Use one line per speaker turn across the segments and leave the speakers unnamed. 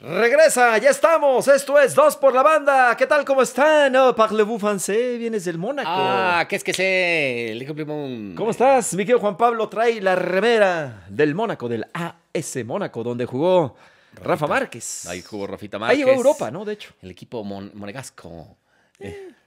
Belleza, ya estamos. Esto es Dos por la Banda. ¿Qué tal? ¿Cómo están? Oh, Parlez-vous français? Vienes del Mónaco.
Ah, qu'est-ce que c'est? Le compliment.
¿Cómo estás? Mi querido Juan Pablo trae la remera del Mónaco, del AS Mónaco, donde jugó Rafa Márquez.
Ahí jugó Rafita Márquez.
Ahí llegó a Europa, ¿no? De hecho.
El equipo mon- monegasco.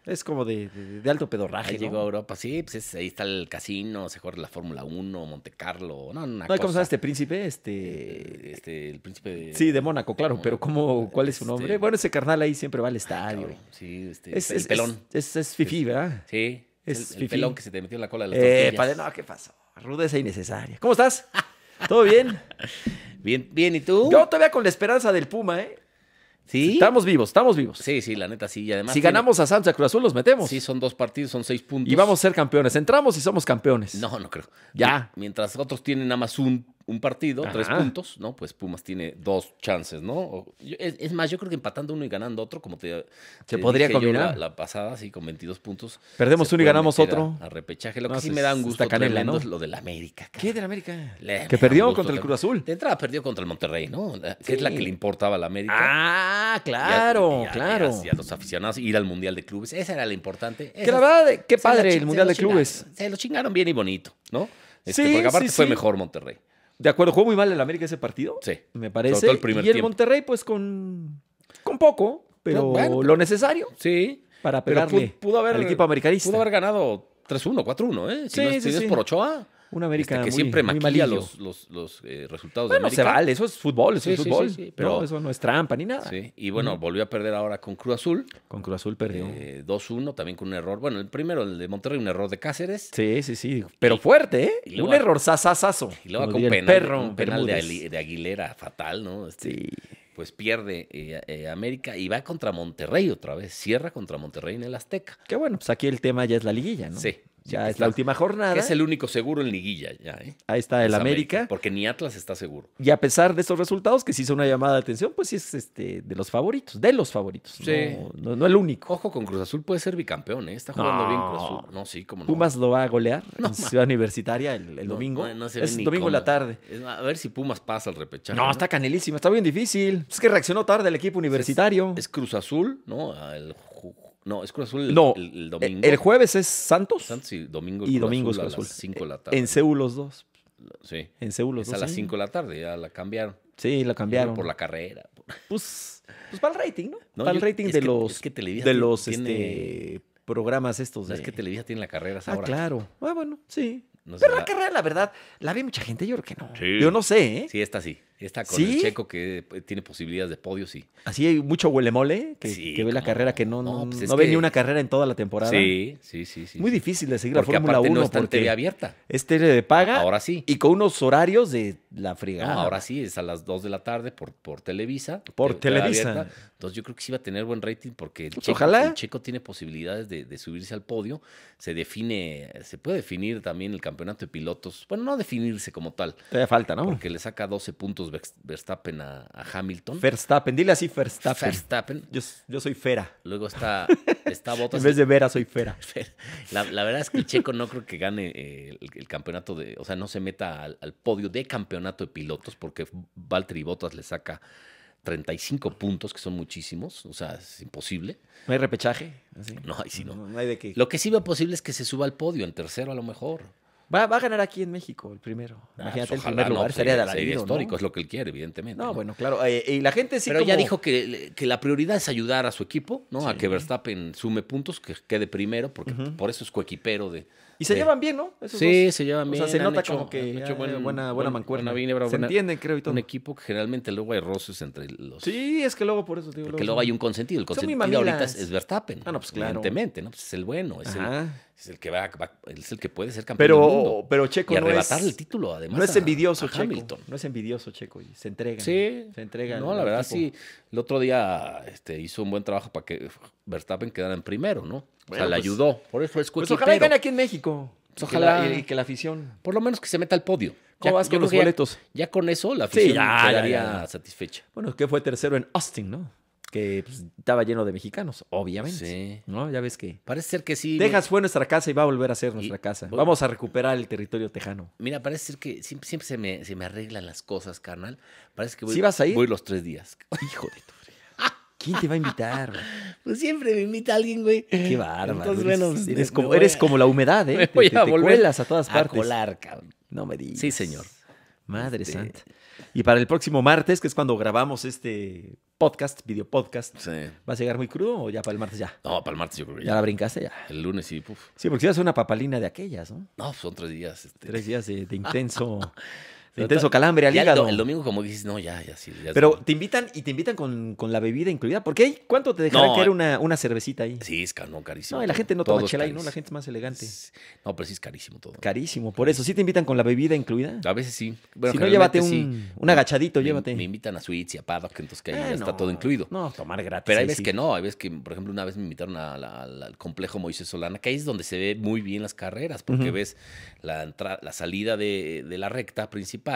Es como de, de- de alto pedorraje.
Ahí
¿no?
llegó a Europa, sí, pues es- ahí está el casino, se corre la Fórmula 1, Monte Carlo, no, una
No, ¿Cómo se llama
cosa.
este príncipe? Este.
Eh, Este, el príncipe de...
Sí, de Mónaco, claro,
de
pero
Mónaco.
¿cómo, ¿cuál es su
Este-
nombre? Bueno, ese carnal ahí siempre va al estadio.
Cabrón, Sí, este,
es,
el
es-
pelón.
Es, es, es fifí, ¿verdad?
sí,
es
es el,
fifí.
pelón que se te metió en la cola de las
Eh,
tortillas.
padre, no, ¿qué pasó? Rudeza innecesaria. ¿Cómo estás? ¿Todo bien?
Bien, bien, ¿y tú?
Yo todavía con la esperanza del Puma, ¿eh?
¿Sí?
Estamos vivos, estamos vivos.
Sí, sí, la neta, sí, y además...
si
tiene-
ganamos a Santos y a Cruz Azul, los metemos.
Sí, son dos partidos, son seis puntos.
y vamos a ser campeones. Entramos y somos campeones.
No, no creo.
Ya.
Mi- Mientras otros tienen nada más un, un partido,
Ajá.
tres puntos, ¿no? Pues Pumas tiene dos chances, ¿no? O- yo- es, es más, yo creo que empatando uno y ganando otro, como te. te
podría
dije yo
combinar.
la, la pasada, sí, con 22 puntos.
Perdemos
se
uno y
puede
ganamos
meter a-
otro.
A, repechaje. Lo
No,
que sí
pues,
me da un
está
gusto
canela,
tremendo
¿no?
es lo del América. cara.
¿Qué de la América?
Le- me
que
da
perdió
gusto
contra el
tremendo.
Cruz Azul.
De entrada perdió contra el Monterrey, ¿no? La- Que es la que
Sí.
le importaba a la América.
Ah,
Ya-
claro,
ya-
claro.
ya- ya los aficionados, ir al Mundial de Clubes. Esa era la importante.
que
Esa-
la verdad, eh, qué
se lo
padre
chi-
el
se
Mundial
lo
de Clubes.
chingaron. Se lo chingaron bien y bonito, ¿no? Este,
Sí,
porque aparte
sí,
fue
sí.
mejor Monterrey.
De acuerdo, jugó muy mal el América ese partido.
Sí.
Me parece.
Sobre todo el primer
y el
tiempo.
Monterrey, pues con, con poco, pero
No, bueno,
lo necesario
Sí.
para
Pero
pegarle
pu- pudo haber-
al equipo americanista.
Pudo haber ganado 3-1, 4-1, ¿eh? Si
Sí,
no
sí,
es, si no es
sí.
por Ochoa,
Un
este,
América
que
muy-
siempre
muy
maquilla
malillo.
los, los, los, eh, resultados
Bueno,
de
se
América.
vale, eso es fútbol, eso
Sí,
es
sí,
fútbol.
sí, sí, pero-
no, eso no es trampa ni nada.
Sí, y bueno, volvió a perder ahora con Cruz Azul,
Con Cruz Azul perdió.
eh, 2-1, también con un error. Bueno, el primero, el de Monterrey, un error de Cáceres.
sí, sí, sí. Pero fuerte, ¿eh?
y luego
un
a-
error sasasazo.
Y luego
como
con
diría el
penal,
perro
un penal de,
Bermúdez.
Ali- de Aguilera, fatal, ¿no? Este,
Sí.
pues pierde eh, eh, América y va contra Monterrey otra vez. Cierra contra Monterrey en el Azteca.
Que bueno, pues aquí el tema ya es la liguilla, ¿no?
Sí, sí,
Ya
que
es
está-
la última jornada.
Que es el único seguro en liguilla ya, ¿eh?
Ahí está el
Es
América.
Porque ni Atlas está seguro.
Y a pesar de estos resultados, que sí hizo una llamada de atención, pues sí es este, de los favoritos, de los favoritos.
Sí.
No, no, no el único.
Ojo con Cruz Azul puede ser bicampeón, ¿eh? Está jugando
No.
bien Cruz Azul. No, sí, como no.
Pumas lo va a golear en Ciudad Universitaria el, el
No,
domingo.
no, no se ve
es
ni
domingo en
cómo.
la tarde.
Es- A ver si Pumas pasa al repechaje.
No, está canelísima, está bien difícil. Es que reaccionó tarde el equipo universitario.
Es Cruz Azul, ¿no? Ah, el ju- no, es Cruz Azul el,
no, eh,
el- el
E, el,
domingo.
jueves es Santos,
Santos y domingo
y domingo es
Cruz
Cruz
Azul.
Azul. Eh,
A las 5 de la tarde.
En Seúl los dos.
sí.
En Seúl los
Es
dos.
a las
sí.
5 de la tarde, ya la cambiaron.
Sí, lo cambiaron.
Por la carrera.
Pues, pues para el rating, ¿no?
No,
para el
yo-
rating
es
de
que-
los,
es que Televisa
de
ti-
los
tiene-
este, programas estos.
No,
De...
es que Pues, Televisa tiene la carrera
Ah,
ahora.
claro. Ah, bueno, sí.
No sé,
Pero la
la-
carrera, la verdad, la ve mucha gente, yo creo que no.
Sí.
Yo no sé, ¿eh?
Sí, esta sí. Esta con
¿Sí?
el checo que eh, tiene posibilidades de podio, sí.
Así hay mucho huele mole que,
Sí,
que ve la
cómo
carrera
no.
que no, no,
No, pues es
no ve ni
que-
una carrera en toda la temporada.
Sí, sí, sí, sí.
Muy
sí.
difícil de seguir
Porque
la Fórmula
aparte
1
no está en
porque
TV abierta.
es tele de paga
Ahora sí.
y con unos horarios de la
No,
fregada.
ahora sí, es a las 2 de la tarde por, por Televisa.
Por
te- te da
Televisa.
abierta. Entonces yo creo que sí va a tener buen rating porque el,
Pues
checo,
ojalá.
el Checo tiene posibilidades de, de subirse al podio. Se define, se puede definir también el campeonato de pilotos. Bueno, no definirse como tal,
Todavía falta, ¿no?
porque le saca 12 puntos Vers- Verstappen a, a Hamilton.
Verstappen, dile así Verstappen.
Verstappen.
Yo, yo soy Fera.
Luego está, está Bottas.
En vez de Vera, soy Fera.
La, la verdad es que el Checo no creo que gane eh, el, el campeonato de, o sea, no se meta al, al podio de campeonato de pilotos porque Valtteri Bottas le saca 35 puntos, que son muchísimos, o sea, es imposible.
¿No hay repechaje? Así.
No, ahí sí no.
No, no hay de qué.
Lo que sí veo posible es que se suba al podio, en tercero a lo mejor.
Va, va a ganar aquí en México el primero.
Ah, pues,
Imagínate, el
ojalá,
primer
no,
lugar
pues,
sería, de
sería
alarido,
histórico,
¿no?
es lo que él quiere, evidentemente.
No,
¿no?
bueno, claro. eh, y la gente sí
Pero ya
como-
dijo que, que la prioridad es ayudar a su equipo, ¿no? A que Verstappen sume puntos, que quede primero, porque por eso es coequipero de.
Y se
de-
llevan bien, ¿no? Esos
sí,
dos.
se llevan bien.
O sea, se
han
nota
hecho-
como que
han hecho
ah, buena,
buen-
buena
buen-
mancuerna.
buena vibra,
se
buena-
entienden, creo, y todo.
Un equipo que generalmente luego hay roces entre los.
Sí, es que luego por eso te digo.
Porque luego hay un consentido. El
Son muy
consentido ahorita
mamilas.
es, es Verstappen.
Ah, no, pues, claro.
Evidentemente, ¿no? Pues es el bueno. Es, el,
Ajá.
es el que va, va- es el que puede ser campeón del
Pero,
mundo.
pero Checo
Y
no es,
arrebatarle el título, además.
no es
a-
envidioso,
a
Checo.
Hamilton.
No es envidioso, Checo. Y se entrega.
Sí.
Se entrega.
No,
al
la verdad
equipo.
sí. El otro día este, hizo un buen trabajo para que Verstappen quedara en primero, ¿no? o sea,
Bueno,
le
pues-
ayudó. Por eso es
Pues
coequipero.
ojalá y gane aquí en México.
Pues ojalá.
Y que la, y que la afición.
Por lo menos que se meta al podio.
¿Cómo vas con
yo creo
los
que ya-
boletos?
Ya, con eso la afición
ya, ya,
quedaría
ya.
satisfecha.
Bueno, que fue tercero en Austin, ¿no? Que pues, estaba lleno de mexicanos, obviamente.
Sí.
¿No? Ya ves que.
Parece ser que sí.
Texas fue nuestra casa y va a volver a ser nuestra casa.
voy-
Vamos a recuperar el territorio tejano.
Mira, parece ser que siempre, siempre se, me, se me arreglan las cosas, carnal. Parece que voy,
¿Sí vas a ir?
voy los tres días.
Hijo de tu. ¿Quién te va a invitar? güey?
Pues siempre me invita alguien, güey.
Qué bárbaro.
Entonces,
eres,
bueno, pues,
eres
me
como,
voy
eres
a-
como la humedad, ¿eh?
me
Te-
voy
te,
a
te
volver
cuelas a todas
A
partes.
colar, cabrón.
No me digas.
Sí, señor.
Madre
Este-
santa. Y para el próximo martes, que es cuando grabamos este podcast, video podcast,
Sí.
¿vas a llegar muy crudo o ya para el martes ya?
No, para el martes yo creo que
¿Ya
ya.
la brincaste ya?
El lunes sí, puf.
Sí, porque si vas a una papalina de aquellas, ¿no?
No, son tres días. este.
Tres días de, de intenso, de
Pero
intenso
ta-
calambre al
Ya el, do-
hígado.
el domingo como dices, no, ya, ya sí. ya es
Pero
domingo.
te invitan y te invitan con, con la bebida incluida. ¿Por qué? ¿Cuánto te dejarán
No,
caer
eh.
una, una cervecita ahí?
Sí, es caro, no, carísimo.
No, y la
todo.
gente no
Todo
toma
es
chela ahí, ¿no? La
carísimo.
gente es más elegante.
No, pero sí es carísimo todo.
Carísimo. Por eso, ¿sí te invitan con la bebida incluida?
A veces sí. Ah, Bueno,
si no, llévate un,
generalmente sí.
un agachadito,
Me-
llévate.
Me invitan a suites y a Paddock, que entonces que ahí
Ah,
ya está
no.
todo incluido.
No, tomar gratis.
Pero hay
ahí
veces
sí.
que no, hay veces que, por ejemplo, una vez me invitaron a la- al- al complejo Moisés Solana, que ahí es donde se ve muy bien las carreras, porque
Ujú.
ves la, entra- la salida de, de la recta principal,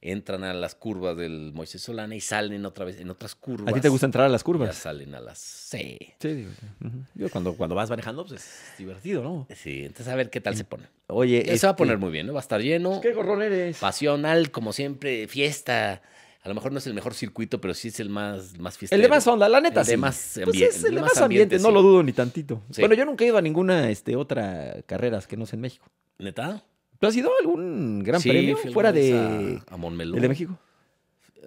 entran a las curvas del Moisés Solana y salen otra vez en otras curvas.
¿A ti te gusta entrar a las
curvas? Ya
curvas?
salen a las sí.
Sí, digo, ujú. Yo cuando, cuando vas manejando, pues es divertido, ¿no?
Sí, entonces a ver qué tal se pone.
Oye,
se va a
este,
poner muy bien, ¿no? Va a estar lleno.
¿Qué gorrón eres?
Pasional, como siempre, fiesta. A lo mejor no es el mejor circuito, pero sí es el más, más fiesta.
El de más onda, la neta.
este, El de
sí.
más
Pues
ambien-
es el de más ambiente, no
sí.
lo dudo ni tantito.
Sí.
Bueno, yo nunca he ido a ninguna este, otra carrera que no sea en México.
¿Neta?
¿Tú has ido a algún gran
Sí,
premio
fui
fuera
alguna
de,
vez A, a Montmeló,
el de México?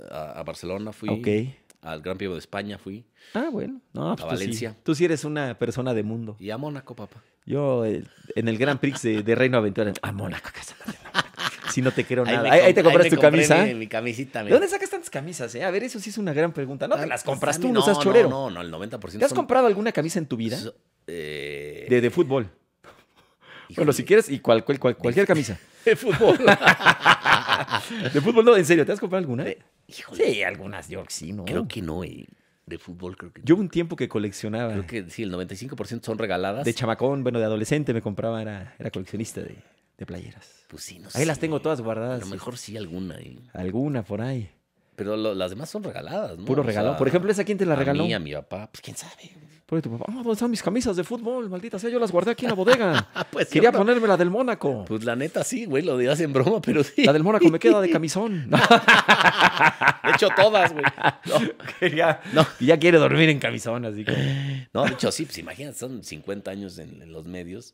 A, a Barcelona fui.
Ok.
Al Gran Premio de España fui.
Ah, bueno. No, pues tú sí.
Valencia.
Tú sí eres una persona de mundo.
Y a Mónaco, papá.
Yo eh, en el Grand Prix de, de Reino Aventura, a Mónaco, casa madre, no, Si no te quiero nada.
me
Ahí, ahí
comp-
te compras
me
tu
compré
camisa.
Mi, mi camisita.
¿De
mira.
dónde sacas tantas camisas? Eh? A ver, eso sí es una gran pregunta. No te
Ah,
las
pues,
compras
a
tú,
mí
no seas
no,
chorero.
No, no, el 90%.
¿Te has
son-
comprado alguna camisa en tu vida?
so- eh,
De, de fútbol. Bueno,
híjole,
si quieres, y cual- cual- cual- cualquier camisa.
De fútbol.
De fútbol, no, en serio, ¿te has comprado alguna?
Eh, Híjole.
Sí, algunas, yo sí, ¿no?
Creo que no, eh. De fútbol creo que no.
Yo hubo un tiempo que coleccionaba.
Creo que sí, el 95% son regaladas.
De chamacón, bueno, de adolescente me compraba, era, era coleccionista de, de playeras.
pues sí, no
Ahí las
sé.
tengo todas
A
guardadas.
lo mejor sí alguna. eh.
Alguna por ahí.
Pero lo- las demás son regaladas, ¿no?
Puro
O
regalón.
sea,
Por ejemplo, ¿esa quién te la regaló?
A mí, a mi papá. Pues quién sabe.
Porque tu papá, "Ah, ¿dónde están mis camisas de fútbol? Maldita sea, yo las guardé aquí en la bodega.
Ah, pues
Quería
yo-
ponerme la del Mónaco.
Pues la neta sí, güey, lo dirás en broma, pero sí.
La del Mónaco me queda de camisón. No,
De hecho, todas, güey. No,
quería-
No.
Y ya quiere dormir en camisón, así que.
no, de hecho, sí, pues imagínate, son 50 años en, en los medios.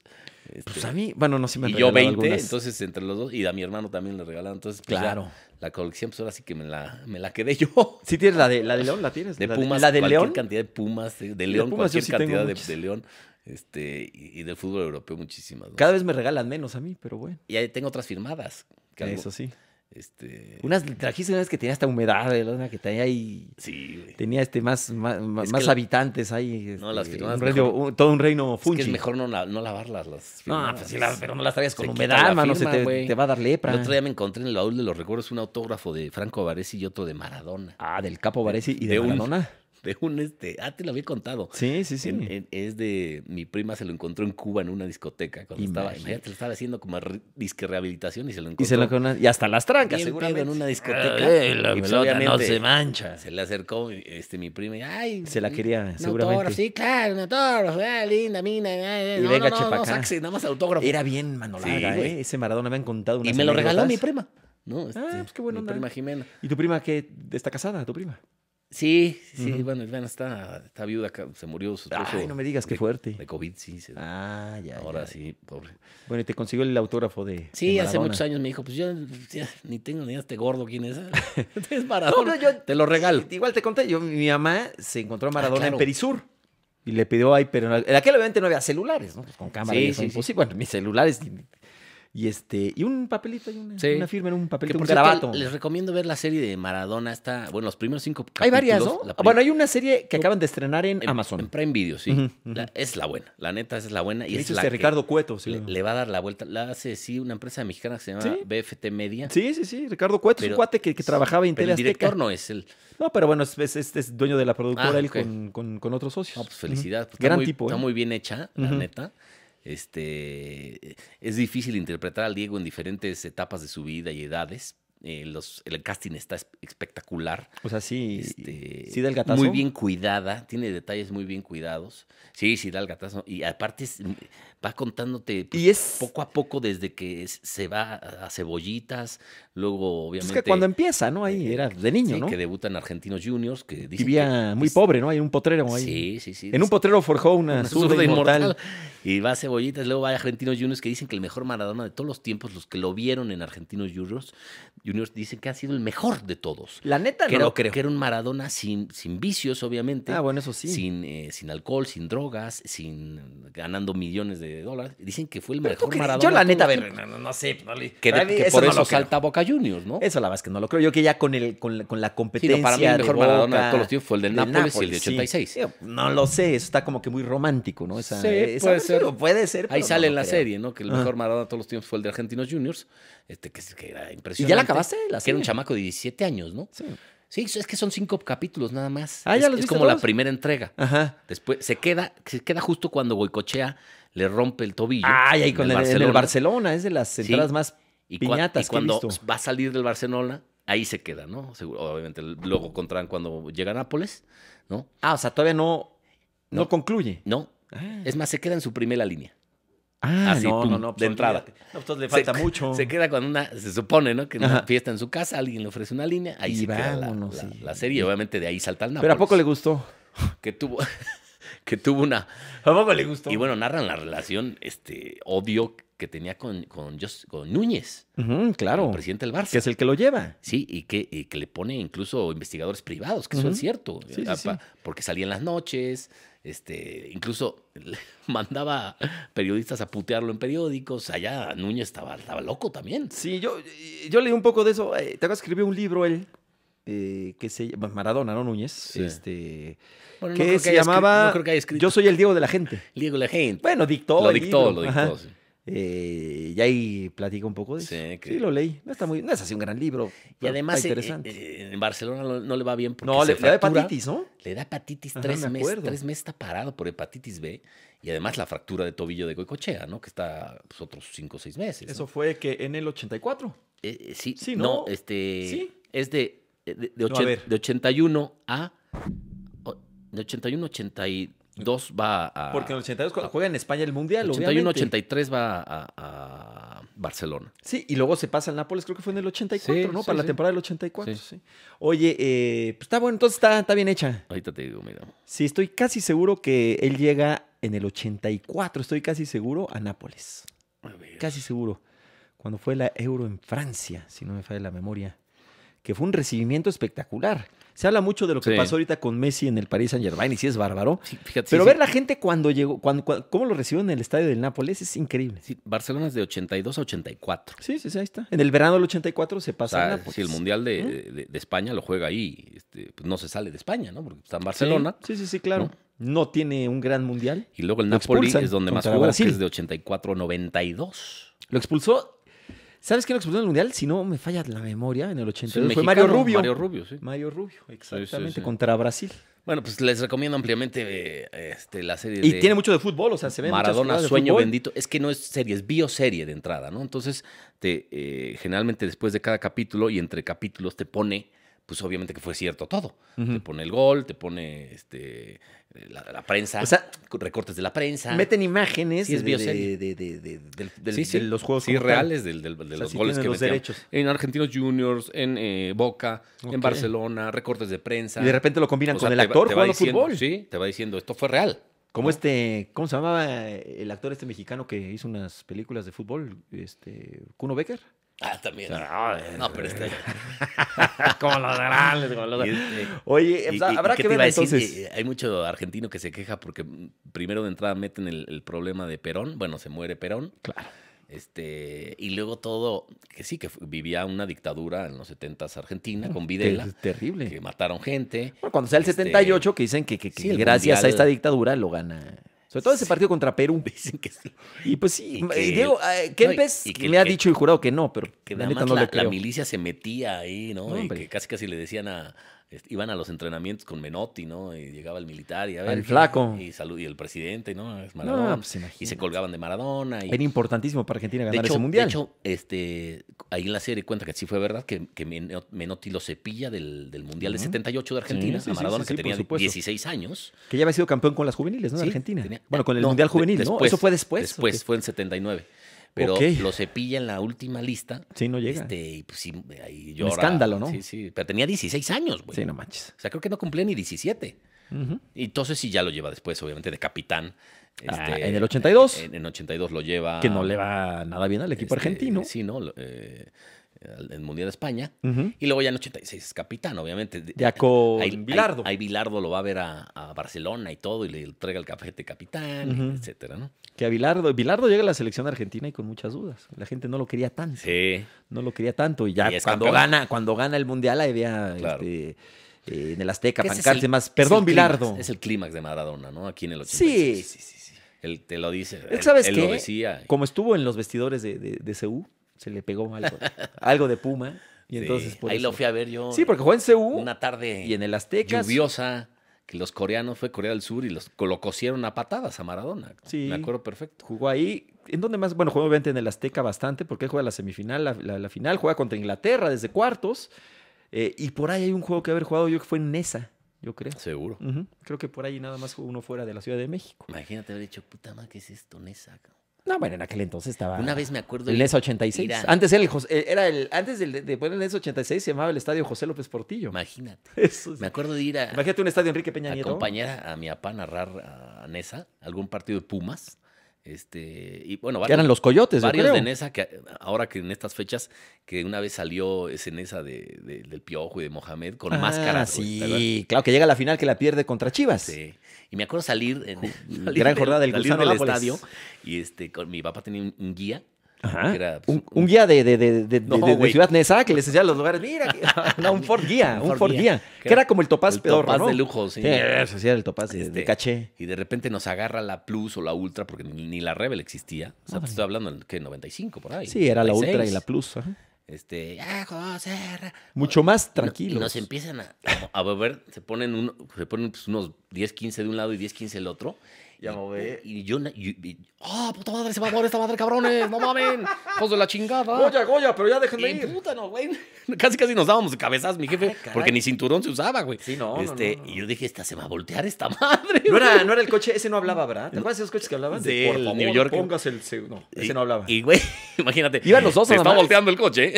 Este,
Pues a mí, bueno, no sé, me han
y yo
regalado
20,
algunas.
entonces entre los dos, y a mi hermano también le regalaron. Entonces, pues, ya,
Claro.
la colección, pues ahora sí que me la, me la quedé yo.
Sí tienes la de, la de León, la tienes.
De
la
Pumas,
la de
cualquier
León.
cantidad de Pumas, eh, de, de
de
León,
Pumas yo
cualquier
sí tengo
cantidad de,
muchas.
de León, este, y, y del fútbol europeo muchísimas. ¿no?
Cada vez me regalan menos a mí, pero bueno.
Y ahí tengo otras firmadas. que algo-
Eso sí.
Este,
Unas trajiste una vez que tenía esta humedad, ¿verdad? una que tenía ahí.
Sí, güey.
Tenía este más, más, más
que la-
habitantes ahí.
No,
este,
las firmadas
un reino-
mejor.
un- todo un reino
Es
funchi.
que es mejor no, la- no lavarlas. Las
No,
firmadas.
pues sí, la- pero no las traigas con
Se quita
humedad,
la
mano. se
firma,
te,
güey.
te va a dar lepra.
El otro día me encontré en el baúl de los recuerdos un autógrafo de Franco Avarese y otro de Maradona.
Ah, del Capo Varese y de,
de un-
Maradona.
De un este. Ah, te lo había contado.
Sí, sí, sí.
En- en- es de mi prima, se lo encontró en Cuba en una discoteca. Cuando
Imagínate.
estaba, imagínate, lo estaba haciendo como re- disque rehabilitación y se lo encontró. Ah,
y, se lo con una- y hasta las trancas,
Bien
seguramente.
pedo en una discoteca.
Ay, Ah, la
Y pues
pelota
obviamente-
mancha.
Se le acercó este, mi prima y, ay, mm,
Se la quería,
un
Eh, seguramente.
autógrafo, sí, claro, un autógrafo, ah, linda, mina. ah,
Y
no,
venga,
no,
chepa
no, no,
acá.
saxe, nada más autógrafo.
Era bien mano
Sí,
larga,
güey.
¿eh? Ese Maradona me han contado unas
y me lo regaló mi
anécdotas.
prima. No,
pues, qué buena
Mi
onda.
prima Jimena.
¿Y tu prima qué? ¿Está casada, tu prima?
Sí, sí,
Ujú.
bueno, Ivana está, está viuda, ca- se murió su esposo.
Ay, no me digas, qué
de-
fuerte.
De COVID, sí. se-
Ah, ya,
ahora
ya.
sí, pobre.
Bueno, y te consiguió el autógrafo de
Sí,
de
hace
Maradona.
muchos años me dijo, pues yo ya ni tengo ni idea este gordo quién es. es
No,
Maradona.
no, yo
Te lo regalo.
Igual te conté, yo, mi mamá se encontró a Maradona en
Ah, claro.
Perisur. Y le pidió ahí, pero en aquel obviamente no había celulares, ¿no? Pues con cámara
Sí,
y eso
sí, sí.
imposible. Bueno, mis celulares y, y este, y un papelito, y una,
Sí.
una firma en un
Que,
papelito, un
por cierto,
garabato.
les recomiendo ver la serie de Maradona. Está, bueno, los primeros cinco capítulos.
Hay varias, ¿no?
la
Ah, Bueno,
prim-
hay una serie que acaban de estrenar en,
en-
Amazon.
En Prime Video, sí.
Ujú, ujú.
La- es la buena. La neta, esa es la buena.
Que
Y es
hizo
la
este
que
Ricardo Cueto. Sí,
le, le va a dar la vuelta. La hace, sí, una empresa mexicana que se llama
Sí.
BFT Media.
sí, sí, sí, Ricardo Cueto es un
Pero-
cuate que, que trabajaba en
Pero
Tele
el
Azteca.
director no es el...
No, pero bueno, es, es- es- es dueño de la productora
Ah,
él
ok.
con, con- con otros socios.
No, pues felicidades.
Ujú.
pues, está
Gran
muy-
tipo.
Está
¿eh?
muy bien hecha, la
Ujú.
neta. Este, es difícil interpretar al Diego en diferentes etapas de su vida y edades, eh, los, el casting está es- espectacular.
O sea, sí.
Este,
sí, del gatazo.
Muy bien cuidada, tiene detalles muy bien cuidados. Sí, sí, da el gatazo. Y aparte es- va contándote pues,
Y es.
poco a poco desde que es- se va a cebollitas, luego
pues
obviamente...
es que cuando empieza, ¿no? Ahí
eh,
era de niño,
sí,
¿no?
Que debutan Argentinos Juniors, que dicen
Vivía
que-
muy
dice-
pobre, ¿no? Hay un potrero ahí.
Sí, sí, sí.
En un
dice-
potrero forjó una,
una
zurda
zurda
inmortal.
Y va a Cebollitas, luego va a Argentinos Juniors, que dicen que el mejor Maradona de todos los tiempos, los que lo vieron en Argentinos Juniors, Juniors dicen que ha sido el mejor de todos.
La neta,
Que
no
era,
lo creo.
que era un Maradona sin, sin vicios, obviamente.
Ah, bueno, eso sí.
Sin, eh, sin alcohol, sin drogas, sin ganando millones de dólares. Dicen que fue el
Pero tú
mejor
crees-
Maradona.
Yo la
de
neta, a
todos los
ver,
tiempos.
no, no, no sé. no le-
Que, de-
para mí
que
eso
por
no
eso
lo creo.
salta a Boca Juniors, ¿no?
Eso la verdad es que no lo creo. Yo que ya con, el, con, la, con la
Sí,
competencia
no, para mí el
de
mejor Maradona de
Boca,
todos los tiempos fue el del
del
Nápoles y el de
Nápoles, sí.
86.
Yo no lo sé, eso está como que muy romántico, ¿no? Esa,
Sí,
esa
puede
versión,
ser.
Puede ser.
Ahí
pero no
sale en
lo
la
creo.
serie, ¿no? Que el
Ajá.
mejor Maradona de todos los tiempos fue el de Argentinos Juniors, este, que, que era impresionante.
¿Y ya la acabaste? La
Que era
serie?
un chamaco de 17 años, ¿no?
Sí.
Sí, es que son cinco capítulos nada más.
Ah,
es,
¿ya los
es
viste
como la
todos?
primera entrega.
Ajá.
Después se queda, se queda justo cuando Goicochea le rompe el tobillo.
Ay, ahí
en
con el, en el Barcelona. es de las
Sí.
entradas más.
Y, cua-
Piñatas,
y
¿qué he
cuando
visto?
va a salir del Barcelona, ahí se queda, ¿no? Seguro, obviamente luego contraan cuando llega a Nápoles, ¿no?
Ah, o sea, todavía no, no,
No.
concluye.
No.
Ah,
Es más, se queda en su primera línea.
Ah,
así,
no,
pum,
no, no. pues,
de entrada.
olvídate. No, entonces le falta
se,
mucho.
Se queda con una, se supone, ¿no? Que en una
Ajá.
fiesta en su casa, alguien le ofrece una línea, ahí
Y
se queda la-
vámonos,
la,
sí.
la serie. Obviamente de ahí salta el
Pero ¿a poco le
Nápoles,
gustó?
Que tuvo, que tuvo una...
¿A poco le gustó?
Y bueno, narran la relación, este, odio que tenía con, con, Jos- con Núñez,
Ujú,
el
claro.
presidente del Barça.
Que es el que lo lleva.
Sí, y que, y que le pone incluso investigadores privados, que eso
Ujú.
es cierto.
Sí, sí,
Ah,
sí.
pa- Porque salía en las noches, este, incluso le mandaba periodistas a putearlo en periódicos. Allá Núñez estaba, estaba loco también.
Sí, yo, yo leí un poco de eso. Eh, Te acuerdas que escribió un libro él, eh, que se llama Maradona, ¿no? Núñez.
Sí.
Este,
Bueno,
que
creo
se
haya escri-
llamaba
no creo que haya escrito.
Yo soy el Diego de la gente.
Diego la gente.
Bueno, dictó.
lo
el
dictó,
libro,
lo
ajá.
dictó. sí.
Eh, y ahí platica un poco de eso.
Sí,
Sí,
que-
lo leí. No, está muy, no es así un gran libro.
Y
pero
además,
está
eh,
interesante.
eh, en Barcelona no, no le va bien porque
no, le,
se
le da
fractura.
hepatitis, ¿no?
Le da hepatitis
Ajá,
tres
me
meses.
acuerdo.
Tres meses está parado por hepatitis B. Y además la fractura de tobillo de Goicochea, ¿no? Que está pues, otros cinco o seis meses. ¿no?
Eso fue que en el 84.
Eh, eh, sí,
Sí,
no,
¿no?
este.
Sí.
Es de, eh, de, de
No, a
ochen-
ver.
de 81 a. o- De 81 a 82 va a.
Porque en el 82 cuando juega en España el Mundial,
81
obviamente.
83 va a, a Barcelona.
Sí, y luego se pasa al Nápoles, creo que fue en el 84,
Sí,
¿no?
sí,
Para la
sí.
temporada del 84.
Sí.
Sí. Oye, eh, pues está bueno, entonces está, está bien hecha.
Ahorita te digo, mira.
Sí, estoy casi seguro que él llega en el 84, estoy casi seguro, a Nápoles.
A ver.
Casi seguro. Cuando fue la Euro en Francia, si no me falla la memoria. Que fue un recibimiento espectacular. Se habla mucho de lo que
Sí.
pasó ahorita con Messi en el Paris Saint-Germain y sí es bárbaro.
Sí, fíjate,
Pero
sí,
ver
sí.
la gente cuando llegó, cuando, cuando- cómo lo reciben en el estadio del Nápoles es increíble.
Sí, Barcelona es de 82 a 84.
Sí, sí, sí, ahí está. En el verano del 84 se
O
pasa al
sea,
Nápoles.
si el Mundial de,
¿Mm?
de- de España lo juega ahí, este, pues no se sale de España, ¿no? Porque está en Barcelona.
Sí, sí, sí, claro. No tiene un gran mundial.
Y luego el
Lo
Napoli
expulsan
es donde más
contra
jugó, que
Brasil.
es de 84 a 92.
Lo expulsó. ¿Sabes quién lo expulsó en el mundial? Si no me falla la memoria, en el
Es
82
un
fue Mario
mexicano,
Rubio.
Mario Rubio, sí.
Mario Rubio, exactamente,
sí.
contra Brasil.
Bueno, pues les recomiendo ampliamente eh, este, la serie
Y
de
tiene mucho de fútbol, o sea, se ve
Maradona, Sueño Bendito. Es que no es serie, es bioserie de entrada, ¿no? Entonces, te, eh, generalmente después de cada capítulo y entre capítulos te pone, pues obviamente que fue cierto todo. Te
Ujú.
pone el gol, te pone este, la, la prensa,
O sea,
recortes de la prensa.
Meten imágenes
Sí, es
de, de,
bioserie.
de- de- de- del- del-
Sí, sí.
de los juegos
Sí,
como tal.
reales del- del- de
sea,
los
sí
goles
tienen
que
los
metían.
derechos.
En Argentinos Juniors, en eh, Boca, en
Ok.
Barcelona, recortes de prensa.
Y de repente lo combinan
O sea,
con el
te va-
actor
te va
jugando
diciendo-
fútbol.
Sí, te va diciendo, esto fue real.
Como este, ¿cómo se llamaba el actor este mexicano que hizo unas películas de fútbol? Este, Kuno Becker.
Ah, también.
No, este,
No, pero está...
como los grandes, como los
Y, este,
Oye,
y-
pues,
y-
habrá
¿qué
que
te
ver
iba a decir?
entonces.
Eh, Hay mucho argentino que se queja porque mm, primero de entrada meten el, el problema de Perón. Bueno, se muere Perón.
Claro.
Este, y luego todo, que sí, que fu- vivía una dictadura en los 70s Argentina con
Te-
Videla,
terrible.
que mataron gente.
Bueno, cuando sea el
este,
78, que dicen que, que- que
sí, el
gracias a
mundial.
esta dictadura lo gana. Sobre todo ese partido contra Perú.
Dicen que sí.
Y pues sí,
Y
eh,
que-
Diego, eh, Kempes
y que-
me ha
que-
dicho y jurado que no, pero
Que
la
nada
neta
más
no
la,
le
la
creo.
milicia se metía ahí, ¿no?
No,
y
hombre.
que casi casi le decían a, este, iban a los entrenamientos con Menotti, ¿no? Y llegaba el militar y a
Al
ver.
flaco.
Y, salud, y el presidente, ¿no? Es
No,
Maradona.
pues, imagínate.
y se colgaban de Maradona. Y,
Era importantísimo para Argentina
de
ganar
hecho,
ese mundial.
de hecho, este, ahí en la serie cuenta que sí fue verdad que, que Meno- Menotti lo cepilla del, del Mundial de
Ujú.
78 de Argentina
Sí, sí,
a
sí,
Maradona,
sí, sí,
que
por
tenía
supuesto.
16 años.
que ya había sido campeón con las juveniles, ¿no? De
Sí,
Argentina.
tenía-
bueno, con el
no,
Mundial
de-
Juvenil, ¿no?
después,
Eso fue después. ¿o
Después,
qué?
fue en 79. Pero
Ok.
lo cepilla en la última lista.
Sí, no llega.
Este, y pues sí, ahí llora.
escándalo, ¿no?
Sí, sí. Pero tenía 16 años, güey.
sí, no manches.
O sea, creo que no cumplía ni 17.
Ujú.
Y entonces sí ya lo lleva después, obviamente, de capitán.
Ah,
este,
en el 82.
En, en 82 lo lleva.
Que no le va nada bien al equipo
Ah, este,
argentino.
Sí, ¿no? Lo- eh, al- en Mundial de España.
Ujú.
Y luego ya en 86 es capitán, obviamente. De-
Ya con
ahí- ahí-
Bilardo.
Ahí, Bilardo lo va a ver a, a Barcelona y todo, y le entrega el cafete capitán,
Ujú.
etcétera, ¿no?
Que a Bilardo, Bilardo llega a la selección argentina y con muchas dudas. La gente no lo quería tanto.
Sí.
No lo quería tanto. Y ya
Y es
cuando
campeón.
gana, cuando gana el Mundial, ahí había
Claro.
este, eh, en el Azteca,
Que ese es
pancartas y
el-
demás.
es
Perdón,
el clímax,
Bilardo.
Es el clímax de Maradona, ¿no? Aquí en el 86.
Sí, sí, sí, sí.
Él te lo dice.
Es que
él-
¿Sabes
él
qué?
lo decía.
Como estuvo en los vestidores de, de, de CU, se le pegó algo, algo de Puma. Y
Sí,
entonces por
Ahí lo
eso-
fui a ver yo.
Sí, porque jugó en CU
Una tarde
y en el Azteca.
lluviosa que los coreanos fue Corea del Sur y los lo cosieron a patadas a Maradona.
Sí.
Me acuerdo perfecto.
Jugó ahí. ¿En dónde más? Bueno, jugó obviamente en el Azteca bastante, porque él juega la semifinal, la, la- la final, juega contra Inglaterra desde cuartos. eh, y por ahí hay un juego que haber jugado yo que fue en Nesa, yo creo.
Seguro.
Ujú, Creo que por ahí nada más jugó uno fuera de la Ciudad de México.
Imagínate haber dicho, puta madre, ¿qué es esto, Nesa? cabrón?".
No, bueno, en aquel entonces estaba.
Una vez me
Ah.
acuerdo.
El
ir-
Nesa 86.
ir a-
Antes era el, Jos- eh, era el- antes del- de, poner el Nesa 86 se llamaba el Estadio José López Portillo.
Imagínate.
Eso es-
Me acuerdo de ir a,
Imagínate un estadio Enrique Peña Nieto.
acompañar a, a mi papá a narrar a Nesa algún partido de Pumas. Este, y bueno,
Que eran los coyotes, yo
varios
creo.
de Nesa que ahora que en estas fechas que una vez salió ese Nesa de, de- del Piojo y de Mohamed con
Ah,
máscaras. güey, ¿te acuerdas?
Sí, claro, que llega a la final que la pierde contra Chivas.
Sí. Y me acuerdo salir, en, salir
gran jornada del
salir
Gusano Nápoles.
estadio y este con mi papá tenía un, un guía.
Ajá.
que era, pues,
un, un guía de, de, de, de-
No,
de- de
güey.
Ciudad Neza que les enseñaba los lugares. Mira, que- no, un Ford guía, un Ford guía. Que era como el Topaz
el
pedorro,
topaz
¿no?
de lujo, sí.
Sí, eso sí, era el Topaz de, de
Este,
caché.
Y de repente nos agarra la Plus o la Ultra, porque ni, ni la Rebel existía. O sea,
Madre.
te estoy hablando en ¿qué? 95 por ahí.
Sí, era la Ultra y
96.
la Plus. ajá.
Este, ah, José. ra-
Mucho más
Y no-
tranquilo.
Y nos empiezan a, como a beber, se ponen, un- se ponen pues, unos 10, 15 de un lado y 10, 15 del otro.
Ya
y,
me ve.
y yo, na- y- y- ¡ah, puta madre, se va a morir esta madre, cabrones! ¡No mamen! ¡Hijos de la chingada!
Goya, pero ya déjenme
Y puta, no, güey. Casi, casi nos dábamos de cabezas, mi jefe,
Ah, caray.
porque ni cinturón se usaba, güey.
Sí, no, no,
Este,
no, no.
Y yo dije, esta se va a voltear esta madre.
No era, no era el coche, ese no hablaba, ¿verdad? ¿Te acuerdas de esos coches que hablaban? De,
Sí,
por
el
favor,
New York.
póngase el seg- No,
Y-
ese no hablaba.
Y, güey, imagínate.
Iban los dos
Se
nada
está
más.
volteando el coche.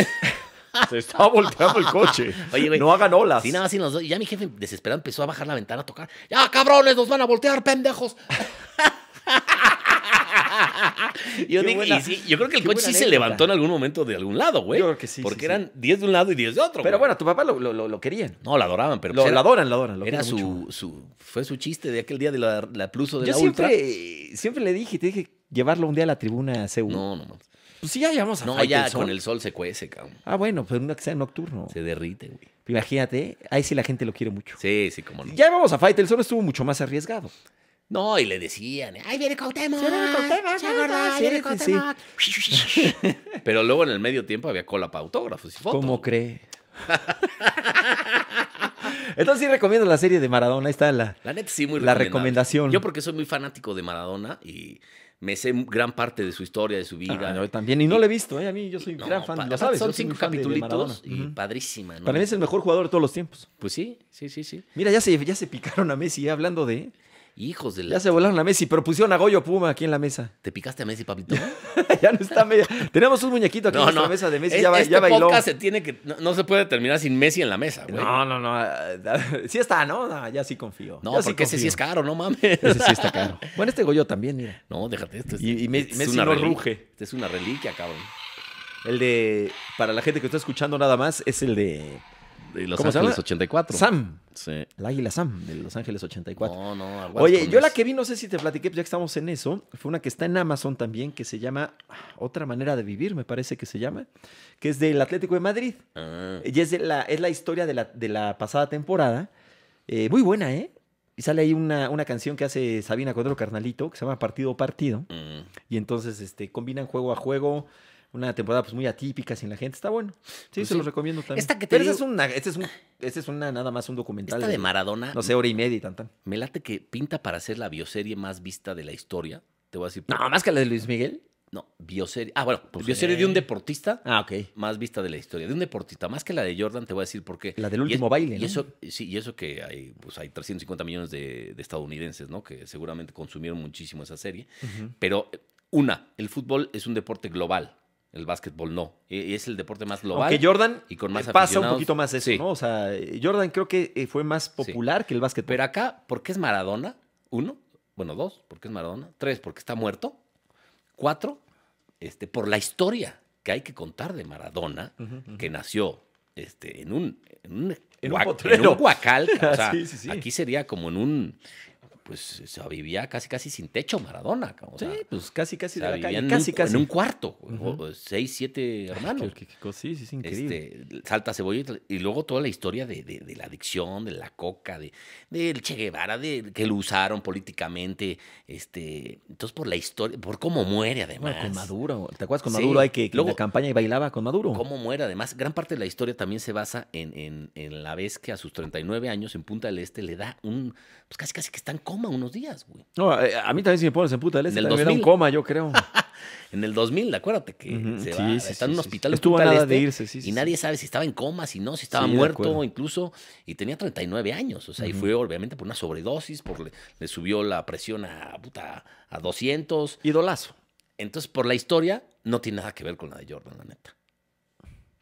Se estaba volteando el coche.
Oye, güey.
no hagan olas.
Sí, nada más, sí, los dos. Y ya mi jefe desesperado empezó a bajar la ventana a tocar. ¡Ya, cabrones, nos van a voltear, pendejos! yo,
Qué
dije,
buena-
y sí, yo creo que el
qué
coche sí
buena
se
anécdota.
levantó en algún momento de algún lado, güey.
Yo creo que sí,
Porque
sí, sí.
eran 10 de un lado y 10 de otro.
Pero
güey.
bueno, a tu papá lo, lo, lo- lo querían.
No, la adoraban, pero
Lo,
pues
lo
era,
adoran, lo adoran. Lo
era
quieren mucho.
su, su, fue su chiste de aquel día de la, la plus o de
Yo
la ultra.
siempre, siempre le dije, te dije, llevarlo un día a la tribuna a CU.
No, no, no.
Pues sí, ya llevamos a
No,
Fight
ya
el Sol.
con el sol se cuece, cabrón.
Ah, bueno, pues una que sea nocturno.
Se derrite, güey.
Imagínate, ahí sí la gente lo quiere mucho.
Sí, sí, como no.
Ya vamos a Fight, el sol estuvo mucho más arriesgado.
No, y le decían, ¡ay, viene Cuauhtémoc!
Sí, viene Cuauhtémoc,
¡Se gorda,
sí,
viene
sí.
Cuauhtémoc! Pero luego en el medio tiempo había cola para autógrafos y fotos.
¿Cómo cree? Entonces sí recomiendo la serie de Maradona, ahí está la...
La neta sí, muy
La
recomendable.
recomendación.
Yo porque soy muy fanático de Maradona y me sé gran parte de su historia, de su vida.
Ah, yo también, y no la he visto, ¿eh? a mí yo soy
No,
gran fan,
pa-
lo sabes.
Son
yo soy muy
cinco
fan de- de
capítulos y
Maradona. Ujú.
padrísima. ¿no?
Para mí es el mejor jugador de todos los tiempos.
Pues sí, sí, sí, sí.
Mira, ya se, ya se picaron a Messi, ¿eh? hablando de...
Hijos de la...
Ya se volaron a Messi, pero pusieron a Goyo Puma aquí en la mesa.
¿Te picaste a Messi, papito?
ya no está media. Tenemos un muñequito aquí en
no,
nuestra
no.
mesa de Messi,
Es-
ya, ba-
este
ya bailó.
podcast se tiene que... No, no se puede terminar sin Messi en la mesa, güey.
No, no, no. eh, Sí está, ¿no? No, ya sí confío.
No,
ya
porque ese sí es
confío.
caro, no mames.
Ese sí está caro. Bueno, este Goyo también, mira.
No, déjate esto. es-
Y- y Me-
esto es
Messi
una
no
reliquia.
ruge.
Esto es una reliquia, cabrón.
El de. Para la gente que está escuchando nada más, es el de.
De Los
¿Cómo se
Ángeles
llama?
84.
Sam.
Sí.
El águila Sam de Los Ángeles 84.
No, no, aguas
Oye,
con
yo la
eso.
que vi, no sé si te platiqué, pues ya que estamos en eso, fue una que está en Amazon también, que se llama ah, Otra manera de vivir, me parece que se llama, que es del Atlético de Madrid.
Ah,
Y es, de la, es la historia de la, de la pasada temporada. Eh, muy buena, ¿eh? Y sale ahí una, una canción que hace Sabina con otro carnalito que se llama Partido Partido.
mm.
Y entonces este, combinan juego a juego, una temporada pues muy atípica sin la gente. Está bueno. Sí,
Pues
se
sí.
los recomiendo también.
Esta que te
Pero
digo-
esa es una, esta es un, esta es una nada más un documental.
Esta de Maradona,
No sé, hora y media y tan tan.
me late que pinta para ser la bioserie más vista de la historia. Te voy a decir.
No, más que la de Luis Miguel.
No, bioserie. Ah, bueno,
Pues,
bioserie
eh.
de un deportista
Ah, ok.
más vista de la historia. De un deportista, más que la de Jordan, te voy a decir por qué.
La del
Y
último baile,
Y
¿no?
eso, sí, y eso que hay, pues hay 350 millones de, de estadounidenses, ¿no? Que seguramente consumieron muchísimo esa serie.
Ujú.
Pero, eh, una, el fútbol es un deporte global. El básquetbol no. e, Y y es el deporte más global.
Aunque Jordan
y con más
eh, pasa un
aficionados.
poquito más eso,
Sí.
¿no? O sea, eh, Jordan creo que eh, fue más popular que el básquet.
Pero acá, ¿por qué es Maradona? Uno, bueno, dos, porque es Maradona. Tres, porque está muerto. Cuatro, este, por la historia que hay que contar de Maradona,
Ujú, ujú.
que nació este, en un en un,
En un
guac-
potrero.
en un guacal. O sea,
Sí, sí, sí.
aquí sería como en un, pues se vivía casi casi sin techo Maradona. cabrón. O sea,
sí, pues casi, casi
se
de la
vivía
calle.
en,
Casi,
un,
casi.
en un cuarto, o-
Ujú.
o seis, siete hermanos.
Qué- qué- qué cosa, Sí, sí, sí, increíble.
Este, salta cebollita y luego toda la historia de, de- de la adicción, de la coca, de del Che Guevara, de que lo usaron políticamente, este, entonces por la historia, por cómo muere
Bueno,
además.
con Maduro. ¿Te acuerdas con
Sí.
Maduro? Hay que, que
Luego-
la campaña y bailaba con Maduro.
Cómo muere además, gran parte de la historia también se basa en, en- en la vez que a sus 39 años en Punta del Este le da un, pues casi casi que está en coma unos días, güey.
No, eh, a mí también si me pones en puta, él
Del
también me da un
2000.
coma, yo creo.
En el 2000, acuérdate que
Ujú,
se
sí,
va-
sí,
está
sí,
en un
sí,
hospital
sí.
en
Estuvo a
Punta del
nada de
Este.
irse, sí, sí, sí.
y nadie sabe si estaba en coma, si no, si estaba
Sí, de acuerdo.
muerto incluso, y tenía 39 años, o sea, y
Ujú.
fue obviamente por una sobredosis, por le, le subió la presión a, puta, a 200,
Idolazo.
entonces por la historia no tiene nada que ver con la de Jordan, la neta.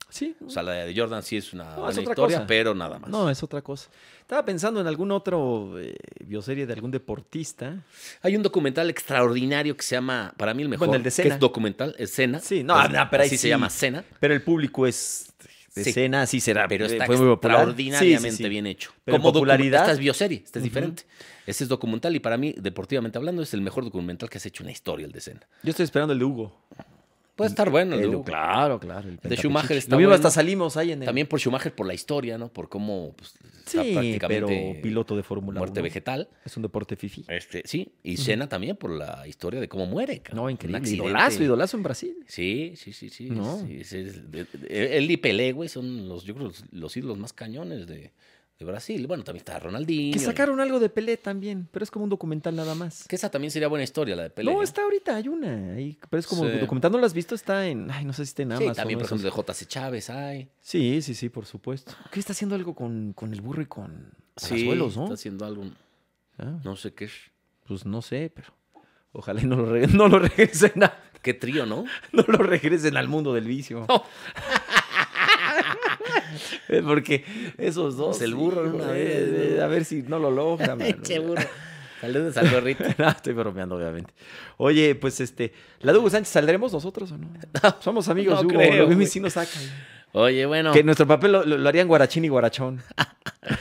Sí.
O sea, la de Jordan sí es una
No,
buena
es otra
historia,
cosa.
pero nada más.
no, es otra cosa. Estaba pensando en algún otro eh, bioserie de algún deportista.
Hay un documental extraordinario que se llama, para mí el mejor,
Bueno, el de
que
Cena.
es documental, escena.
Sí, no, no, pero ahí
así
sí.
se llama Cena,
Pero el público es de
Sí.
escena, así será.
pero
eh,
está
fue muy popular.
extraordinariamente
Sí, sí, sí.
bien hecho.
Pero en
Como docu-
popularidad-
Esta es bioserie, esta es
Ujú.
diferente. Este es documental y para mí, deportivamente hablando, es el mejor documental que has hecho en la historia, el de Cena.
Yo estoy esperando el de Hugo.
Puede estar bueno
Mm, El
el, de
Hugo,
Hugo.
Claro, claro. El
de Schumacher
Pentapichichi.
está
Lo mismo hasta
bueno.
salimos ahí en el...
También por Schumacher, por la historia, ¿no? Por cómo pues, está
Sí, pero
prácticamente
piloto de Fórmula 1.
muerte vegetal.
Es un deporte fifi.
Este, sí, y Cena también por la historia de cómo muere. cabrón.
No,
Un
increíble.
accidente.
Idolazo, idolazo en Brasil.
Sí, sí, sí, sí.
No.
sí, sí, es de- de- él y Pelé, güey, son los, yo creo, los, los ídolos más cañones de, de Brasil. Bueno, también está Ronaldinho.
Que sacaron algo de Pelé también, pero es como un documental nada más.
Que esa también sería buena historia, la de Pelé. eh?
no, está ahorita, hay una. ahí, pero es como
Sí.
documental, no lo has visto, está en. Ay, no sé si está en
Sí,
Amazon.
también,
¿no?
por
Esos-
ejemplo, de J.C. Chávez hay.
Sí, sí, sí, por supuesto. ¿Qué está haciendo algo con, con el burro y con Palazuelos, no?
está haciendo algo,
Ah,
no sé qué es.
Pues no sé, pero. Ojalá y no lo, reg- no lo regresen a-
Qué trío, ¿no?
no lo regresen al mundo del vicio.
No.
Eh, Porque esos dos.
Pues el burro en
hijo,
una
eh,
vez,
eh,
¿no?
A ver si no lo logra. mano.
Saludos al gorrito.
No, estoy bromeando, obviamente. Oye, pues este, ¿la de Hugo Sánchez saldremos nosotros o no? Somos amigos
no
de Hugo.
creo,
lo mismo y
güey.
sí nos sacan.
Oye, bueno.
Que nuestro papel lo, lo- lo harían Guarachín y Guarachón.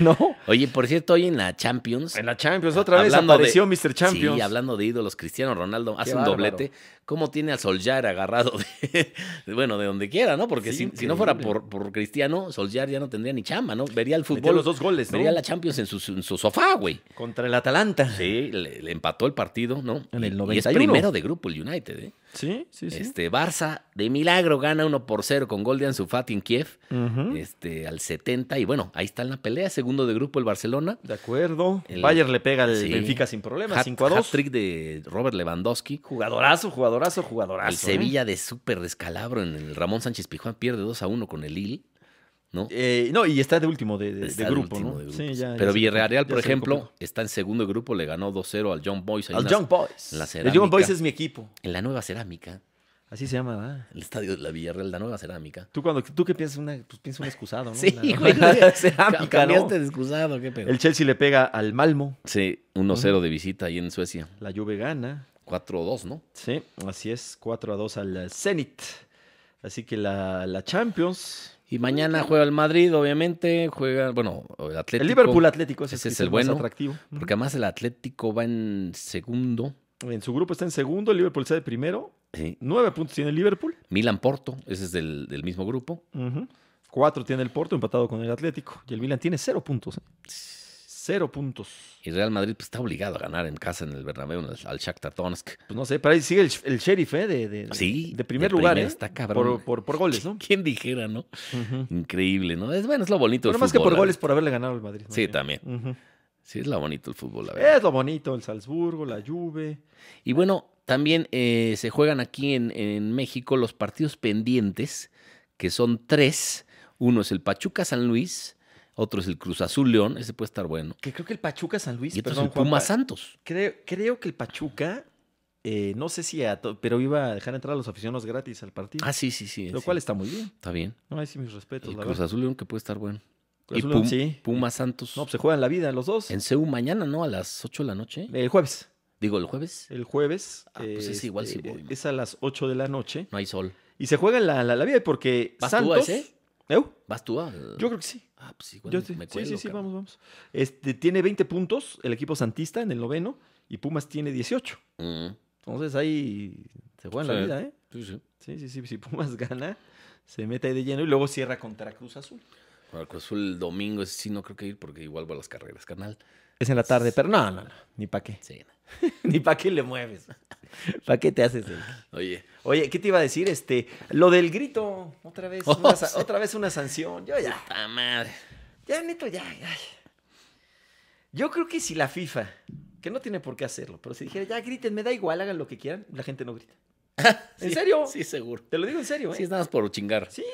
¿No?
Oye, por cierto, hoy en la Champions.
En la Champions, otra vez
hablando de-
apareció Mr. Champions.
Sí, hablando de ídolos, Cristiano Ronaldo hace un
bárbaro.
doblete. ¿Cómo tiene a Soljar agarrado de, de- bueno, de donde quiera, ¿no? Porque
Sí,
si, si no fuera
increíble.
por, por Cristiano, Soljar ya no tendría ni chamba, ¿no? Vería el
Metió
fútbol,
los dos goles, ¿no?
vería la Champions en su, en su sofá, güey.
Contra el Atalanta.
Sí, le, le empató el partido, ¿no?
En el
Y- Y
91.
es primero de grupo el United, ¿eh?
sí, sí. sí.
Este, Barça, de milagro, gana 1 por 0 con gol de Ansu Fati en Kiev,
Ujú.
este, al 70. Y bueno, ahí está en la pelea, segundo de grupo el Barcelona.
De acuerdo.
El-
Bayern le pega al
Sí.
Benfica sin problema,
Hat-
5 a 2.
hat-trick de Robert Lewandowski.
Jugadorazo, jugadorazo, jugadorazo.
El
¿eh?
Sevilla de súper descalabro en el Ramón Sánchez Pijuán pierde 2 a 1 con el Lille, ¿no?
Eh, no, y está de último de, de- de
Está el
grupo,
último
¿no?
de grupos.
Sí, ya- ya
Pero
se-
Villarreal,
ya
por
se le
ejemplo,
complicó.
está en segundo grupo, le ganó 2-0 al John Boys. ahí
Al
en la-
Young Boys.
en la
el Young Boys
cerámica.
es mi equipo.
En la nueva cerámica,
Así se llama, ¿verdad?
el estadio de la Villarreal, la nueva cerámica.
Tú cuando tú que piensas una, pues piensas un excusado, ¿no?
Sí,
La-
güey.
la cerámica,
Ca- Ah, cambiaste
¿no?
de excusado, qué pedo.
El Chelsea le pega al Malmo,
Sí, 1-0 de visita ahí en Suecia.
la Juve gana.
4-2, ¿no?
Sí, así es, 4 a 2 al Zenit. Así que la, la Champions.
Y mañana juega el Madrid, obviamente. Juega, bueno, el Atlético.
El Liverpool Atlético ese,
Ese
es
es
el
el
bueno.
bueno,
atractivo.
Porque además el Atlético va en segundo.
En su grupo está en segundo, el Liverpool está de primero.
Sí.
Nueve puntos tiene el Liverpool.
Milan Porto, ese es del, del mismo grupo.
Ujú. Cuatro tiene el Porto, empatado con el Atlético. Y el Milan tiene cero puntos. ¿eh? Cero puntos.
Y Real Madrid pues, está obligado a ganar en casa en el Bernabéu en el- al Shakhtar Donetsk.
Pues no sé, pero ahí sigue el, el sheriff, ¿eh? De, de- de-
Sí,
de primer
de
lugar,
primera,
¿eh?
está cabrón.
Por, por, por goles, ¿no?
¿Quién dijera, no?
Ujú.
Increíble, ¿no? Es bueno, es lo bonito
Pero
del
más que
fútbol.
por
la
goles, por haberle ganado al Madrid.
verdad.
más
Sí,
bien.
también.
Ujú.
Sí, es lo bonito del fútbol, la verdad.
Es lo bonito, el Salzburgo, la Juve.
Y bueno, también eh, se juegan aquí en, en México los partidos pendientes, que son tres. Uno es el Pachuca San Luis, otro es el Cruz Azul León, ese puede estar bueno.
Que creo que el Pachuca San Luis,
Y otro es
perdón,
el
Juanpa,
Puma Santos.
Creo, creo que el Pachuca, eh, no sé si a to- pero iba a dejar entrar a los aficionados gratis al partido.
Ah, sí, sí, sí.
lo
sí.
cual está muy bien.
está bien.
No, ahí sí mis respetos,
El
la
Cruz
verdad.
Azul León que puede estar bueno.
Cruz
y
Azul León,
Pum-
sí.
Puma Santos.
No, pues se juegan la vida los dos. Eh,
en CEU mañana, ¿no? A las 8 de la noche.
El jueves.
Digo, el jueves.
El jueves. este,
Ah, pues ese igual sí voy, man.
Es a las 8 de la noche.
No hay sol.
Y se juega en la, la, la vida porque
¿Vas tú a
Santos.
ese?
¿Eu?
¿Vas tú al-
Yo creo que sí.
Ah, pues igual
Yo
me-
sí.
me
sí, sí,
cuelo,
sí,
cabrón.
vamos, vamos. Este, tiene 20 puntos el equipo Santista en el noveno y Pumas tiene 18.
Mm,
Entonces ahí se juega la
Sí.
vida, ¿eh?
sí, sí.
Sí, sí, sí. Si Pumas gana, se mete ahí de lleno y luego cierra contra Cruz Azul.
Para el Cruz Azul el domingo, ese sí no creo que ir porque igual voy a las carreras, carnal.
Es en la tarde, pero no, no, no. Ni pa' qué.
Sí, no.
Ni pa' qué le mueves. ¿Para qué te haces el-
Oye,
Oye, ¿qué te iba a decir? Este, lo del grito, otra vez,
Oh,
una sa-
sí.
otra vez una sanción. Yo ya,
puta madre.
ya neto, ya, ya. Yo creo que si la FIFA, que no tiene por qué hacerlo, pero si dijera, ya griten, me da igual, hagan lo que quieran, la gente no grita. ¿En
Sí,
serio?
Sí, seguro.
Te lo digo en serio, ¿eh?
Sí, es nada más por chingar.
Sí.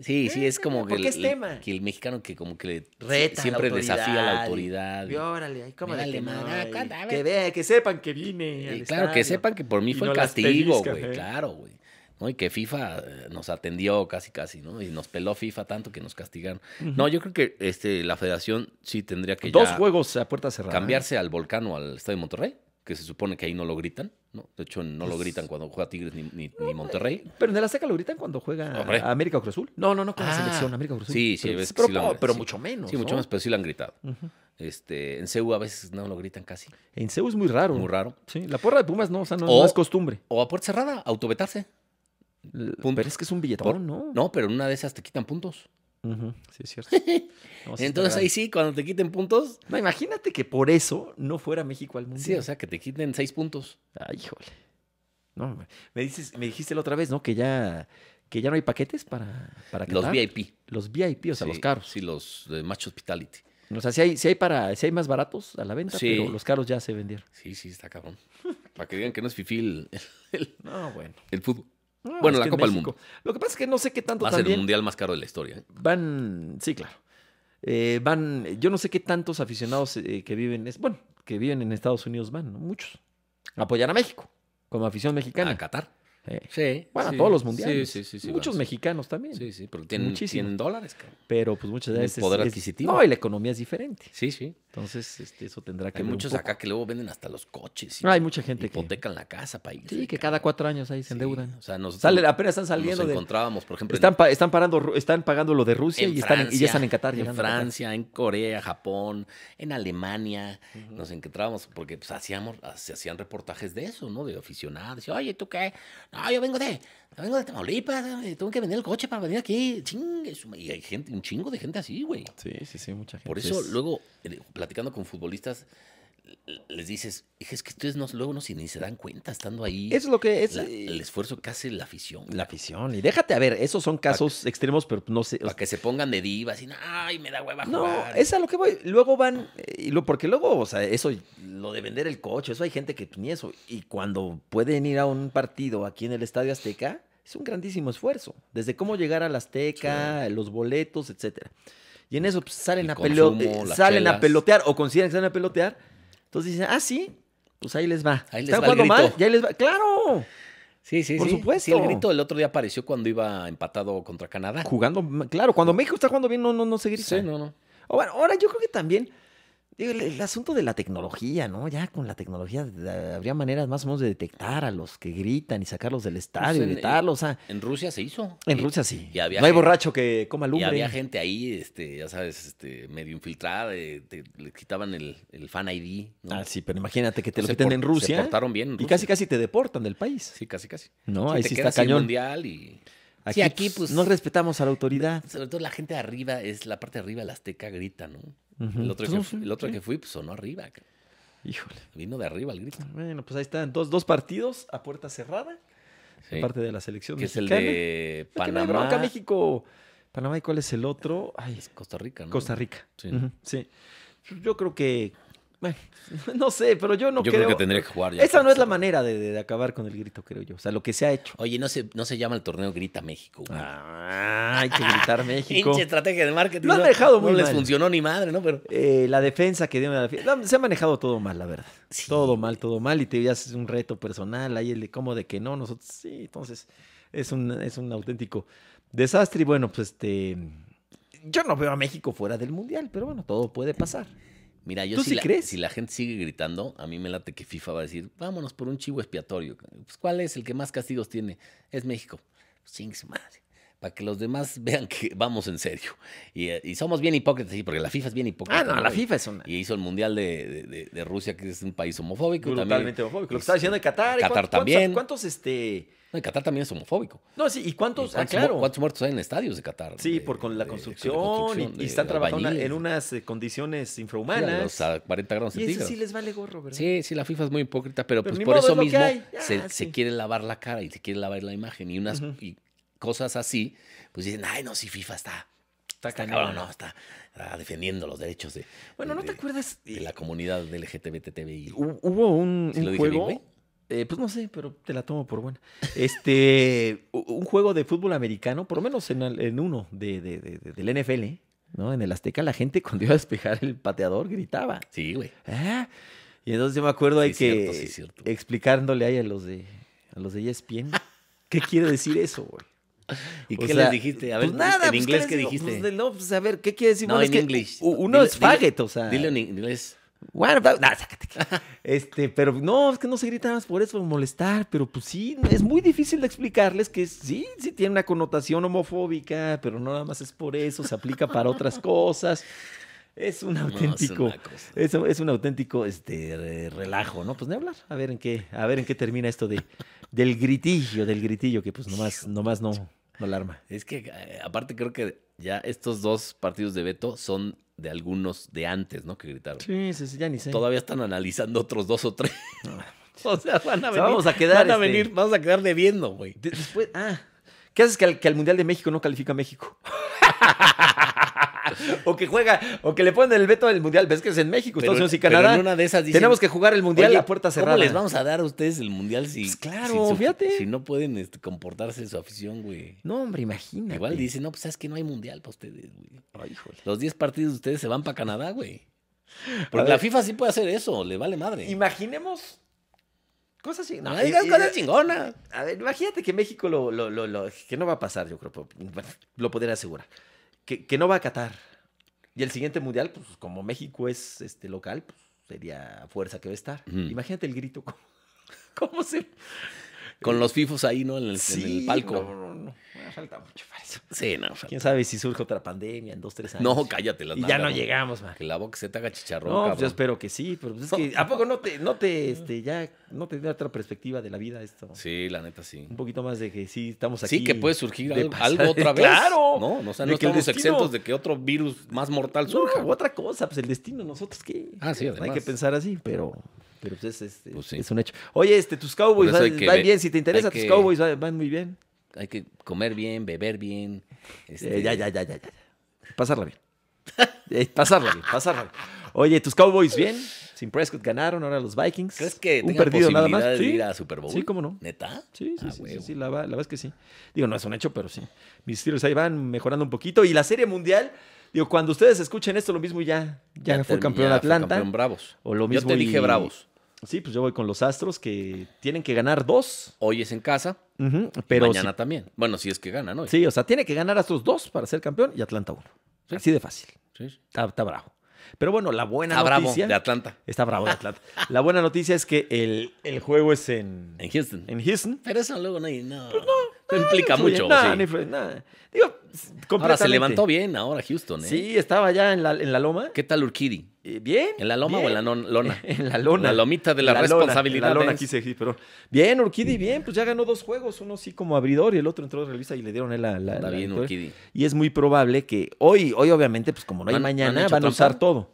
Sí, sí, es como que
Porque
el,
es tema.
que el mexicano que como que le
Reta a la
siempre desafía a la
autoridad
autoridad.
Y órale, ahí cómo
Me
de
vale
que no,
madre,
y
¿cuánto? A ver.
que vea, que sepan que vine.
Y
al
claro, que
estadio.
sepan que por mí
Y
fue
no
el
las
castigo,
pellizcas,
güey.
¿eh?
Claro, güey. ¿No? Y que FIFA eh, nos atendió casi, casi, ¿no? Y nos peló FIFA tanto que nos castigaron. No, yo creo que este, la federación sí tendría que
Dos
ya
juegos a puerta cerrada. ¿eh?
cambiarse al volcán o al Estadio Monterrey, que se supone que ahí no lo gritan, ¿no? De hecho, no lo
Pues-
gritan cuando juega Tigres ni, ni- ni Monterrey.
Pero en el Azteca lo gritan cuando juega
Hombre.
a América o Cruz Azul. No, no, no, con la
Ah,
selección América o Cruz Azul.
sí, sí,
pero,
ves que
pero,
sí lo
po-
han-
pero
sí.
mucho menos.
Sí, mucho
¿no?
más, pero sí lo han gritado.
Ujú.
Este, en CEU a veces no lo gritan casi.
En Seúl es muy raro.
Muy raro.
Sí, la porra de Pumas no, o sea, no,
O-
no es costumbre.
O a puerta cerrada, autovetarse.
L-
punto.
Pero es que es un billetón,
Por-
¿no?
No, pero en una de esas te quitan puntos.
Ujú, Sí, es cierto. No, sí está
Entonces
raro.
ahí sí, cuando te quiten puntos,
No, imagínate que por eso no fuera México al mundo.
sí, o sea, que te quiten seis puntos.
Ay, híjole. No, me- me, dices, me dijiste la otra vez, ¿no? Que ya, que ya no hay paquetes para, para
Los
Qatar.
VIP.
Los VIP, o sea, los
Sí,
caros.
Sí, los de Match Hospitality.
O sea, si hay, sí hay, para, sí hay más baratos a la venta,
Sí.
pero los caros ya se vendieron.
Sí, sí, está cabrón. Para que digan que no es fifí el, el-
No, bueno.
el fútbol.
No,
Bueno,
es
la
que en
Copa del
México-
Mundo.
Lo que pasa es que no sé qué tanto
Va a ser el
también
mundial más caro de la historia. ¿eh?
van, sí, claro. Eh, van, yo no sé qué tantos aficionados eh, que viven, es, bueno, que viven en Estados Unidos van, ¿no? muchos. Apoyan a México como afición mexicana.
A Qatar.
Eh,
Sí.
Bueno, a
sí,
todos los mundiales.
Sí, sí, sí. sí,
Muchos
vamos.
mexicanos también.
Sí, sí, porque tienen,
Muchísimo.
tienen dólares, cabrón.
Pero pues muchas
Tienen
veces.
poder
es-
adquisitivo.
No, y la economía es diferente.
Sí, sí.
Entonces, este, eso tendrá que
Hay
ver un
muchos
poco.
acá que luego venden hasta los coches. y
No, hay mucha gente que.
hipotecan la casa para irse.
Sí, que
cabrón.
cada cuatro años ahí se
Sí,
endeudan.
O sea, nosotros
Sale-
nos-
apenas están saliendo
nos
de.
encontrábamos, por ejemplo, en-
Están, pa- están, parando, Ru- están pagando lo de Rusia
en
y, están en- y ya están en Qatar.
En
llegando a Qatar.
Francia, en Corea, Japón, en Alemania.
Ujú.
Nos encontrábamos porque pues, hacíamos, se hacían reportajes de eso, ¿no? De aficionados. Y, Oye, ¿tú qué? No, yo vengo de, yo vengo de Tamaulipas. eh, Tengo que vender el coche para venir aquí. Chingue su ma-". Y hay gente, un chingo de gente así, güey.
Sí, sí, sí, mucha gente.
Por eso
es-
luego, eh, platicando con futbolistas, l- les dices, es que ustedes no, luego no, si ni se dan cuenta estando ahí.
Eso es lo que es.
la-
eh,
el esfuerzo que hace la afición.
La afición. Y déjate, a ver, esos son casos extremos, pero no sé.
Para que se pongan de divas y ay, me da hueva
No,
jugar.
es a lo que voy. Luego van, eh, y lo, porque luego, o sea, eso, lo de vender el coche, eso hay gente que ni eso. Y cuando pueden ir a un partido aquí en el Estadio Azteca, es un grandísimo esfuerzo. Desde cómo llegar al Azteca, los boletos, etcétera. Y en eso pues, salen,
El
a, pelo-
consumo,
eh,
las
salen a
chelas.
pelotear o consideran que salen a pelotear. Entonces dicen, ah, sí, pues ahí les va.
Ahí les
¿Están
va el
jugando mal?
grito.
Ya les va. ¡Claro!
Sí, sí,
Por
sí.
supuesto.
Sí, el grito del otro día apareció cuando iba empatado contra Canadá.
Jugando, claro, cuando México está jugando bien, no, no, no se grita.
Sí, no, no.
O bueno, ahora yo creo que también digo, el, el asunto de la tecnología, ¿no? Ya con la tecnología de- habría maneras más o menos de detectar a los que gritan y sacarlos del estadio,
Pues en-
y vetarlos. ah,
En Rusia se hizo.
en
Y-
Rusia sí.
y había
no hay
gente-
borracho que coma
Y
lumbre.
había gente ahí, este, ya sabes, este, medio infiltrada, eh, te- le quitaban el, el fan ID. ¿no?
Ah, sí, pero imagínate que te lo
Se
quiten
por-
en Rusia.
Se portaron bien. en
Y
Rusia.
casi casi te deportan del país.
Sí, casi, casi.
No,
Sí,
ahí
te
sí está
quedas sin
cañón.
mundial y. sí, aquí,
pues,
pues,
No respetamos a la autoridad.
Sobre todo la gente de arriba, es la parte de arriba de la Azteca grita, ¿no?
Ujú.
El otro, que,
Entonces,
fu- el otro
sí.
que fui pues, sonó arriba. ca-
Híjole.
Vino de arriba el grito.
Bueno, pues ahí están. Dos, dos partidos a puerta cerrada.
Sí.
Parte de la selección
Que es el
mexicana.
de
Ah, que no hay
Panamá.
bronca, México. Panamá, ¿y cuál es el otro? Ay,
Es Costa Rica, ¿no?
Costa Rica.
Sí.
Ujú, sí. Yo creo que. bueno, no sé, pero yo no
Yo
creo.
creo que tendría que jugar ya.
Esa no es la
Costa Rica.
manera de, de- de acabar con el grito, creo yo. O sea, lo que se ha hecho.
Oye, no se, no se llama el torneo Grita México. güey.
Ah, hay que gritar México.
Pinche estrategia de marketing.
Lo han
no-
manejado muy
No les
mal.
funcionó ni madre, ¿no? Pero
Eh, la defensa que dieron a la fi- no, Se ha manejado todo mal, la verdad.
Sí.
Todo mal, todo mal. Y te ya es un reto personal. Ahí el de cómo de que no, nosotros sí. Entonces, es un, es un auténtico desastre. Y bueno, pues este. Yo no veo a México fuera del mundial, pero bueno, todo puede pasar.
mira, yo
¿Tú
si,
sí
la,
crees?
si la gente sigue gritando, a mí me late que FIFA va a decir, vámonos por un chivo expiatorio. Pues, ¿cuál es el que más castigos tiene? Es México. Sin su madre. Para que los demás vean que vamos en serio. Y, eh, y somos bien hipócritas, sí, porque la FIFA es bien hipócrita.
Ah, no, la
Y-
FIFA es una.
Y hizo el Mundial de, de- de- de Rusia, que es un país homofóbico. También.
Brutalmente homofóbico. Lo que estaba diciendo de Qatar. ¿y
Qatar
cuántos-
también.
¿Cuántos, este.
No, y Qatar también es homofóbico.
No, sí, y cuántos.
¿Cuántos,
ah, claro.
mu- cuántos muertos hay en estadios de Qatar?
Sí,
De-
por con
de-
la
de-
construcción,
con la construcción,
y,
de
y están trabajando
albañiles.
en unas eh, condiciones
Sí, a
infrahumanas.
los- a 40 grados
y eso
centígrados.
sí les vale gorro, ¿verdad?
Sí, sí, la FIFA es muy hipócrita, pero
Pero
pues
ni
por
modo,
eso
es lo que
mismo
hay. Ya,
se, se
sí.
quiere lavar la cara y se quiere lavar la imagen y unas
Ujú.
y cosas así, pues dicen, ay, no, si FIFA está,
Está
está
cañón.
cabrón, no, está, ah, defendiendo los derechos de,
Bueno, ¿no
de-
te Uh.
de-
acuerdas?
de Eh, la comunidad LGTBTBI.
Hu- Hubo un,
¿Sí
un
lo dije bien,
juego.
güey?
eh, pues no sé, pero te la tomo por buena. Este, u- un juego de fútbol americano, por lo menos en, al- en uno de, de- de- de- del NFL, ¿no? En el Azteca, la gente cuando iba a despejar el pateador gritaba.
Sí, güey.
Ah, Y entonces yo me acuerdo hay
Sí,
que
cierto, sí, cierto.
explicándole ahí a los de a los de E ESPN qué quiere decir eso, güey.
¿Y
O
qué
sea,
les dijiste? A ver,
pues nada,
en
pues,
inglés,
les
¿qué
digo?
dijiste?
Pues, de- no, pues a ver, ¿qué quiere decir?
no,
Bueno,
en
es que
inglés.
u- Uno
Dile-
es faggot, o sea.
Dile en inglés.
What about- nah, sácate. Este, pero no, es que no se grita nada más por eso, por molestar, pero pues sí, es muy difícil de explicarles que sí, sí tiene una connotación homofóbica, pero no nada más es por eso, se aplica para otras cosas. Es un
No, es
auténtico.
una cosa.
Es, un- es un auténtico este re- relajo, ¿no? Pues ni hablar. A ver en qué, a ver en qué termina esto de, del gritillo, del gritillo, que pues nomás, nomás no, no alarma.
Es que eh, aparte creo que ya estos dos partidos de Beto son de algunos de antes, ¿no? Que gritaron.
Sí, sí, sí, ya ni sé.
Todavía están analizando otros dos o tres. o sea, van a
O sea,
venir.
vamos a quedar,
Van a
este-
venir, vamos a quedar debiendo, güey.
De- después, ah. ¿Qué haces que al, que al Mundial de México no califica México? o que juega, o que le ponen el veto al Mundial. ¿Ves que es en México, Estados
Pero-
Unidos y
pero
Canadá?
en una de esas dicen,
Tenemos que jugar el Mundial
"Oye,
a puerta cerrada.
¿Cómo les vamos a dar a ustedes el mundial si.
Pues claro,
si su-
fíjate.
Si no pueden este, comportarse su afición, güey.
No, hombre, imagínate.
Igual dicen, no, pues es que no hay mundial para ustedes, güey.
Ay, híjole.
Los 10 partidos de ustedes se van para Canadá, güey.
A
Porque
ver.
la FIFA sí puede hacer eso, le vale madre.
Imaginemos cosas así.
No,
No,
digas
eh,
cosas
eh,
chingonas.
A ver, imagínate que México lo, lo, lo, lo- que no va a pasar, yo creo, pero, bueno, lo podría asegurar. Que, que no va a Qatar. Y el siguiente mundial, pues como México es este local, pues, sería a fuerza que va a estar.
Ujú.
Imagínate el grito, cómo, cómo se.
Con los fifos ahí, ¿no? En el, en el palco.
No, no, no. Bueno, falta mucho para eso.
Sí, no.
Quién sabe si surge otra pandemia en dos, tres años.
No, cállate las
Y ya no
nalgas,
llegamos, man.
Que la boca se te haga chicharrón,
No, pues
cabrón.
yo espero que sí, pero pues es que a poco no te, no te, este, ya, no te da otra perspectiva de la vida esto.
Mm. Sí, la neta sí.
Un poquito más de que sí estamos Pues aquí.
Sí, que puede surgir
de
algo,
pasar-
algo otra vez.
¡Claro!
¿no? O sea,
De
no
que el
estamos
destino-
exentos de que otro virus más mortal surja.
No, otra cosa, pues el destino, nosotros qué.
Ah, sí,
Hay
además.
que pensar así, pero, pero pues es, este,
Pues sí.
es un hecho. Oye, este, tus Cowboys
Por
van,
eso hay que
van
ve-
bien, si te interesa,
hay
tus
que-
Cowboys van, van muy bien.
Hay que comer bien, beber bien. este,
Eh, ya, ya, ya, ya, ya. Pasarla bien. Eh, pasarla bien, pasarla bien. Oye, tus Cowboys bien, sin Prescott ganaron, ahora los Vikings.
¿Crees que
un
tengan
perdido nada más?
posibilidades de
Sí.
ir a Super Bowl?
Sí, cómo no.
¿Neta?
Sí, sí, sí,
Ah,
sí,
huevo.
sí, la, va- la verdad es que sí. Digo, no es un hecho, pero sí. Mis Steelers ahí van mejorando un poquito. Y la Serie Mundial, digo, cuando ustedes escuchen esto, lo mismo ya, ya, fue
termi-
campeón
ya
Atlanta.
campeón Bravos.
O lo
Yo
mismo
te
y-
dije Bravos.
Sí, pues yo voy con los Astros que tienen que ganar dos.
Hoy es en casa,
Ujú, pero
mañana también. Bueno, si es que ganan hoy.
sí, sí, o sea, tiene que ganar Astros dos para ser campeón y Atlanta uno.
Sí.
Así de fácil.
Sí, sí.
Está, está bravo. Pero bueno, la buena
Ah, Bravo,
noticia.
de Atlanta.
Está bravo de Atlanta. la buena noticia es que el, el juego es en,
En Houston.
en Houston. Ah,
Pero eso luego no hay. No. No implica
influye,
mucho.
nada,
sí.
no influye, nada. Digo, s-
Ahora se
completamente.
levantó bien ahora Houston, ¿eh?
Sí, estaba ya en la, en la loma.
¿Qué tal Urquidi?
Eh, Bien.
¿En la loma o en la non- lona?
En la lona.
La lomita de la,
En lona,
responsabilidad.
en la lona,
¿eh?
quise decir, perdón. Bien, Urquidi, bien, pues ya ganó dos juegos, uno sí como abridor y el otro entró de relisa y le dieron él la, la-
Está
la
bien,
victoria.
Urquidi.
Y es muy probable que hoy, hoy obviamente, pues como no hay
¿Han- han
mañana,
hecho
van a usar
trampa?
todo.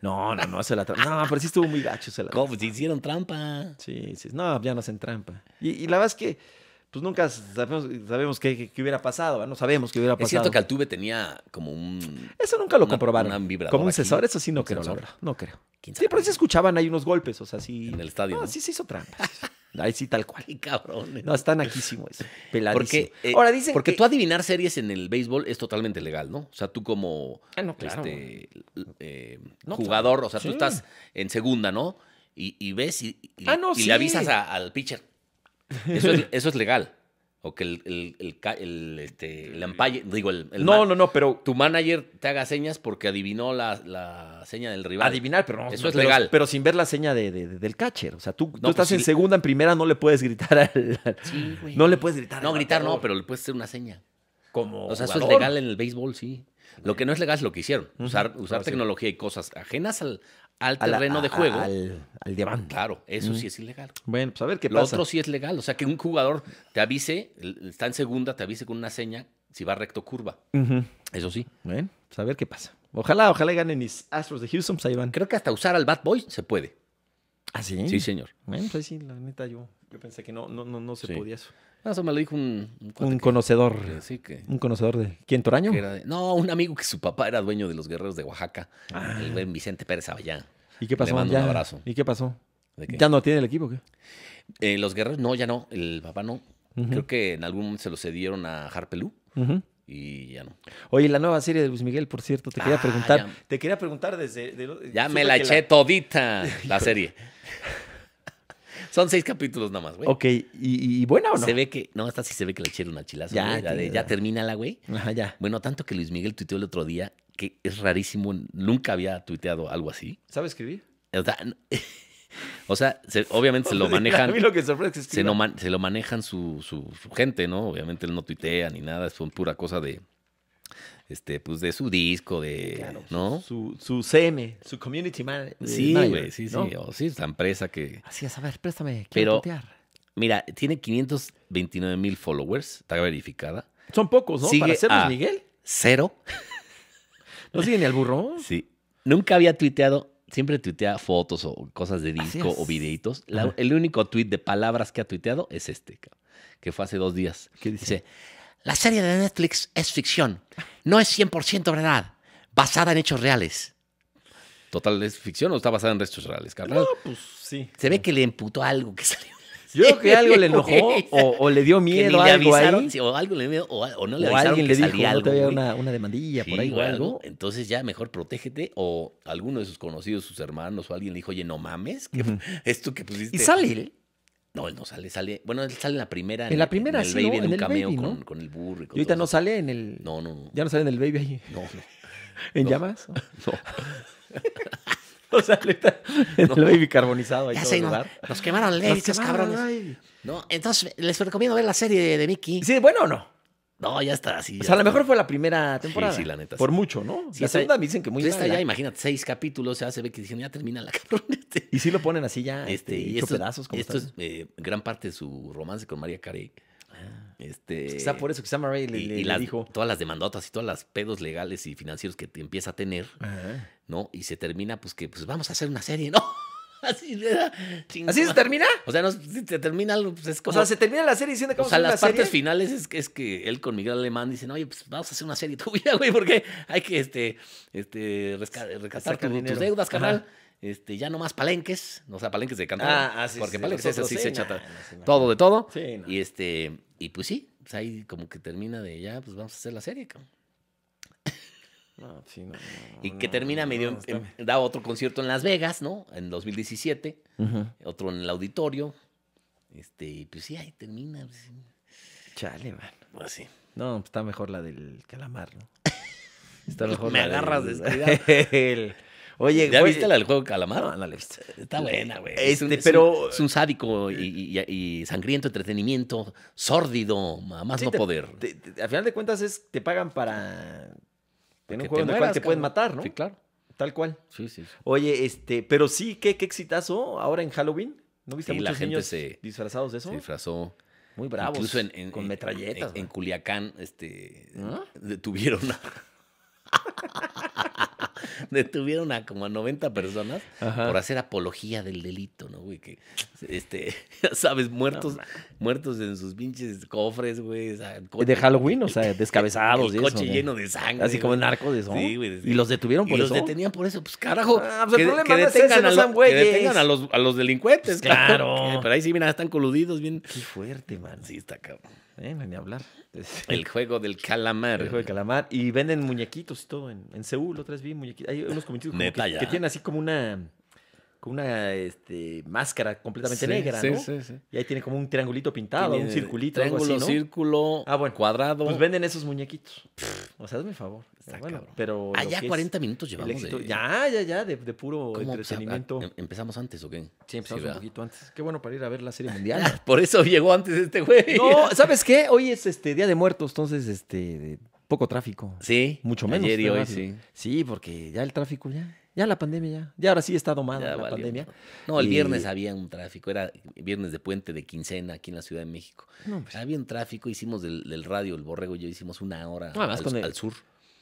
No, no, no, se la trampa. No, pero sí estuvo muy gacho, se la trampa.
¿Cómo? Se pues, hicieron trampa.
Sí, sí, no, ya no hacen trampa. Y, y la verdad es que, pues nunca sabemos, sabemos qué, qué- qué hubiera pasado, ¿verdad? no sabemos qué hubiera pasado.
Es cierto que Altuve tenía como un.
Eso nunca lo
Una-
comprobaron.
una vibradora
Como un
aquí.
cesor, eso sí no
Un
creo, la
sensor.
verdad. No creo.
¿Quién
Sí,
sabe?
pero sí se escuchaban ahí unos golpes, o sea, sí.
En el estadio,
No,
¿no?
sí se hizo trampa. Ahí sí, tal cual.
Ay, cabrones.
No, están naquísimo eso. Peladísimo.
Porque, eh,
Ahora dicen
porque
que...
tú adivinar series en el béisbol es totalmente legal, ¿no? O sea, tú como
Ah, no, claro.
este, l- eh,
No,
jugador, o sea,
sí.
tú estás en segunda, ¿no? Y, y ves y, y-
Ah, no,
y
sí.
le avisas a- al pitcher. Eso es, eso es legal. O que el, el, el ca- el, este, el umpire- digo, el, el
no,
man-
no, no, pero
tu manager te haga señas porque adivinó la, la seña del rival.
adivinar, pero no.
Eso
no,
es
pero-
legal.
Pero sin ver la seña de, de- de- del catcher. O sea, tú, tú
pues
estás en
sí.
segunda, en primera, no le puedes gritar al...
Sí, güey.
No le puedes gritar.
No,
al
gritar no,
bateador.
pero le puedes hacer una seña.
Como
O sea, eso es
jugador.
legal en el béisbol, sí. Lo que no es legal es lo que hicieron. Usar,
Ujú.
usar
Ah, sí.
tecnología y cosas ajenas al, al
A la-
terreno de
a-
juego.
Al, al diamante.
Claro, eso
Mm.
sí es ilegal.
Bueno, pues a ver qué
Lo
pasa.
otro sí es legal. O sea, que un jugador te avise, el- está en segunda, te avise con una seña si va recto curva.
Ujú.
Eso sí.
Bueno, pues a ver qué pasa. Ojalá, ojalá ganen mis Astros de Houston, pues ahí van.
Creo que hasta usar al Bad Boy se puede.
¿Ah, sí?
Sí, señor.
Bueno, pues ahí sí, la neta, yo, yo pensé que no, no, no, no se
Sí.
podía eso.
Eso me lo dijo un, un cuate
Un
que-
conocedor.
que sí, que-
Un conocedor de. ¿Quién, Toraño?
que era de- no, un amigo que su papá era dueño de los guerreros de Oaxaca,
Ah.
el buen Vicente Pérez Avellán.
¿Y qué pasó?
Le mando
ya?
un abrazo.
¿Y qué pasó?
¿De qué?
¿Ya no tiene el equipo o qué?
Eh, los guerreros, no, ya no. El papá no.
Ujú.
Creo que en algún momento se lo cedieron a Harpelú
Ujú.
y ya no.
Oye, la nueva serie de Luis Miguel, por cierto, te quería
Ah,
preguntar.
ya.
Te quería preguntar desde. de-
Ya me
supe
la
que
eché todita la serie. Son seis capítulos nada más, güey.
Ok, ¿y, y buena o no?
Se ve que, no, esta sí se ve que le eché una chilaza.
Ya,
Ya, ya, de,
tiene-
ya termínala, güey.
Ajá, ya.
Bueno, tanto que Luis Miguel tuiteó el otro día que es rarísimo, nunca había tuiteado algo así.
¿Sabe escribir?
O sea, n- o sea, se- obviamente se lo
A
manejan.
mí lo que sorprende es que
se,
escriba.
lo man- se lo manejan su, su- su gente, ¿no? Obviamente él no tuitea ni nada, son pura cosa de este, pues de su disco, de.
Claro,
¿No?
Su, su CM, su community man- eh,
Sí,
manager.
güey, sí, sí.
¿no?
O sí, es la empresa que.
Así es, a ver, préstame.
Pero-
Quiero
Mira, tiene 529 mil followers, está verificada.
Son pocos, ¿no? Para
Sigue
ser Luis
a-
Miguel.
Cero.
No sigue ni al burro.
Sí. Nunca había tuiteado, siempre tuitea fotos o cosas de
Así
disco o
es.
videitos. La-
Ajá.
el único tuit de palabras que ha tuiteado es este, cabrón, que fue hace dos días.
¿Qué
Dice, la serie de Netflix es ficción, no es 100% verdad, basada en hechos reales. Total, ¿es ficción o está basada en hechos reales, carnal?
No, pues sí.
Se ve que le emputó algo que salió.
Yo creo que algo le enojó
Güey.
o, o le dio
que
miedo
ni le
algo
avisaron,
ahí.
sí, o algo le dio, o, al- o no le
o
avisaron
alguien
que
le dijo,
salía
no
algo.
te había
güey".
una, una demandilla por
Sí,
ahí o algo.
Entonces ya mejor protégete o alguno de sus conocidos, sus hermanos o alguien le dijo, oye, no mames, que
Ujú.
esto que pusiste.
Y sale él.
No, él no sale, sale. Bueno, él sale en la primera.
En la primera,
en el
sí, ¿no?
baby, en,
En
un
el
cameo
baby, ¿no?
con, con el burro. Y,
Y ahorita no sale en el.
No, no, no.
Ya no sale en el baby ahí.
No, no.
En
No.
llamas. ¿no?
no.
No sale ahorita en
No.
el baby carbonizado ahí
Ya
todo
sé,
el
nos,
lugar.
nos quemaron ley,
Nos
estos
quemaron,
cabrones.
ay.
No, entonces les recomiendo ver la serie de, de Mickey.
¿Sí, bueno o no?
No, ya está así.
O
ya
sea, a lo
está.
mejor fue la primera temporada.
sí, la neta,
Por
sí.
mucho, ¿no?
Sí,
La
está-
segunda me dicen que muy
Pues está
mala.
ya, imagínate, seis capítulos, ya se ve que dicen, ya termina la cabrón. Este,
Y sí lo ponen así ya, este,
este, y
hecho
esto-
pedazos.
y
Como
esto
está.
es eh, gran parte de su romance con María Carey. Este,
Pues quizá por eso que Sam Ray le,
y,
le- le
y las-
dijo.
todas las demandotas y todas las pedos legales y financieros que te empieza a tener,
Ajá.
¿no? Y se termina, pues que, pues vamos a hacer una serie, ¿no? Así le da chingada.
¿Así se termina?
O sea, no, si te termina algo, pues es
O
como.
sea, se termina la serie diciendo que
o
vamos
sea,
a hacer
las
una
partes
serie?
finales es que, es que él con Miguel Alemán dicen, oye, pues vamos a hacer una serie tuya, güey, porque hay que este, este, resca- rescatar
Sacar
tu-
dinero.
tus deudas,
Ajá.
carnal. Este, ya no más palenques, o sea, palenques de cantar.
Ah, así
Porque
sí,
palenques es
nosotros
así,
sí,
se
nah,
echa
no se imagina.
todo de todo.
Sí, no.
Y este, y pues sí, pues ahí como que termina de ya, pues vamos a hacer la serie, cabrón.
No, sí, no, no,
Y que
no,
termina
no,
medio.
Ah, no, está
en-
bien.
da otro concierto en Las Vegas, ¿no? En 2017.
Ujú.
Otro en el auditorio. Este, y pues sí, ahí termina. pues,
Chale, man.
Así.
No, pues, está mejor la del calamar, ¿no? Está mejor
Me
la del-
agarras descuidado.
el- Oye,
¿Ya
güey,
viste la del juego de calamar?
No, no la he visto.
Está buena, güey.
Este,
es un,
pero- eh,
pero... es un sádico y, y- y sangriento entretenimiento, sórdido, a más
Sí,
no
te-
poder.
Te- te- al final de cuentas es te pagan para tener
Que
un juego en el cual
mueras,
te pueden
cabrón.
matar, ¿no?
Sí, claro.
Tal cual.
Sí, sí. sí.
Oye, este, pero sí, qué, qué exitazo ahora en Halloween. ¿No viste a
Sí, la
muchos
gente
niños
se-
disfrazados de eso?
Se disfrazó.
Muy bravos.
Incluso en, en-
con
en-
metralletas.
En, en
güey.
Culiacán, este,
¿Ah?
detuvieron a... detuvieron a como a 90 personas
Ajá.
por hacer apología del delito, ¿no, güey? Que, este, ya sabes, muertos, muertos en sus pinches cofres, güey. o sea, el coche-
de Halloween, o sea, descabezados.
el
y eso,
coche
¿no?
lleno de sangre.
Así como
güey.
narcos de eso.
Sí, güey, sí.
Y los detuvieron por
y
eso.
los detenían por eso, pues carajo.
Ah, pues, el problema no es ese,
detengan
no
a lo-
sean
que
güeyes.
detengan a los, a los delincuentes,
Claro.
Que- Pero ahí sí, mira, están coludidos bien. Ah,
Qué fuerte, man.
Sí, está cabrón.
Eh, ni hablar.
El juego del calamar.
El juego de calamar. Y venden muñequitos y todo. En, en Seúl, otra vez vi muñequitos. Hay unos comiquitos como
Neta,
que,
ya.
que tienen así como una, como una este, máscara completamente
Sí,
negra,
sí,
¿no?
sí, sí.
Y ahí tiene como un triangulito pintado, un
Tiene
circulito, algo
Triángulo,
así, ¿no?
círculo,
Ah, bueno.
cuadrado.
Pues venden esos muñequitos. O sea, hazme favor.
Está
Bueno,
cabrón.
pero lo
Allá
que es
40 minutos
el
llevamos
éxito-
de...
Ya, ya, ya, de, de puro
¿Cómo? Pues, a- a-
entretenimiento.
em- ¿Empezamos antes o qué?
ah, eh, Sí, empezamos un
¿verdad?
poquito antes. Qué bueno para ir a ver la serie mundial.
Por eso llegó antes este güey.
no, ¿sabes qué? Hoy es este Día de Muertos, entonces este de- poco tráfico.
Sí.
Mucho menos.
Ayer y hoy,
tráfico.
sí.
Sí, porque ya el tráfico, ya. Ya la pandemia, ya. Ya ahora sí está domada
Ya
la
valió.
pandemia.
No, el
Y-
viernes había un tráfico, era viernes de puente de quincena aquí en la Ciudad de México.
No, pues. hombre.
Había un tráfico, hicimos del, del radio, el borrego y yo hicimos una hora
No, además
al,
Ah, con el-
al sur.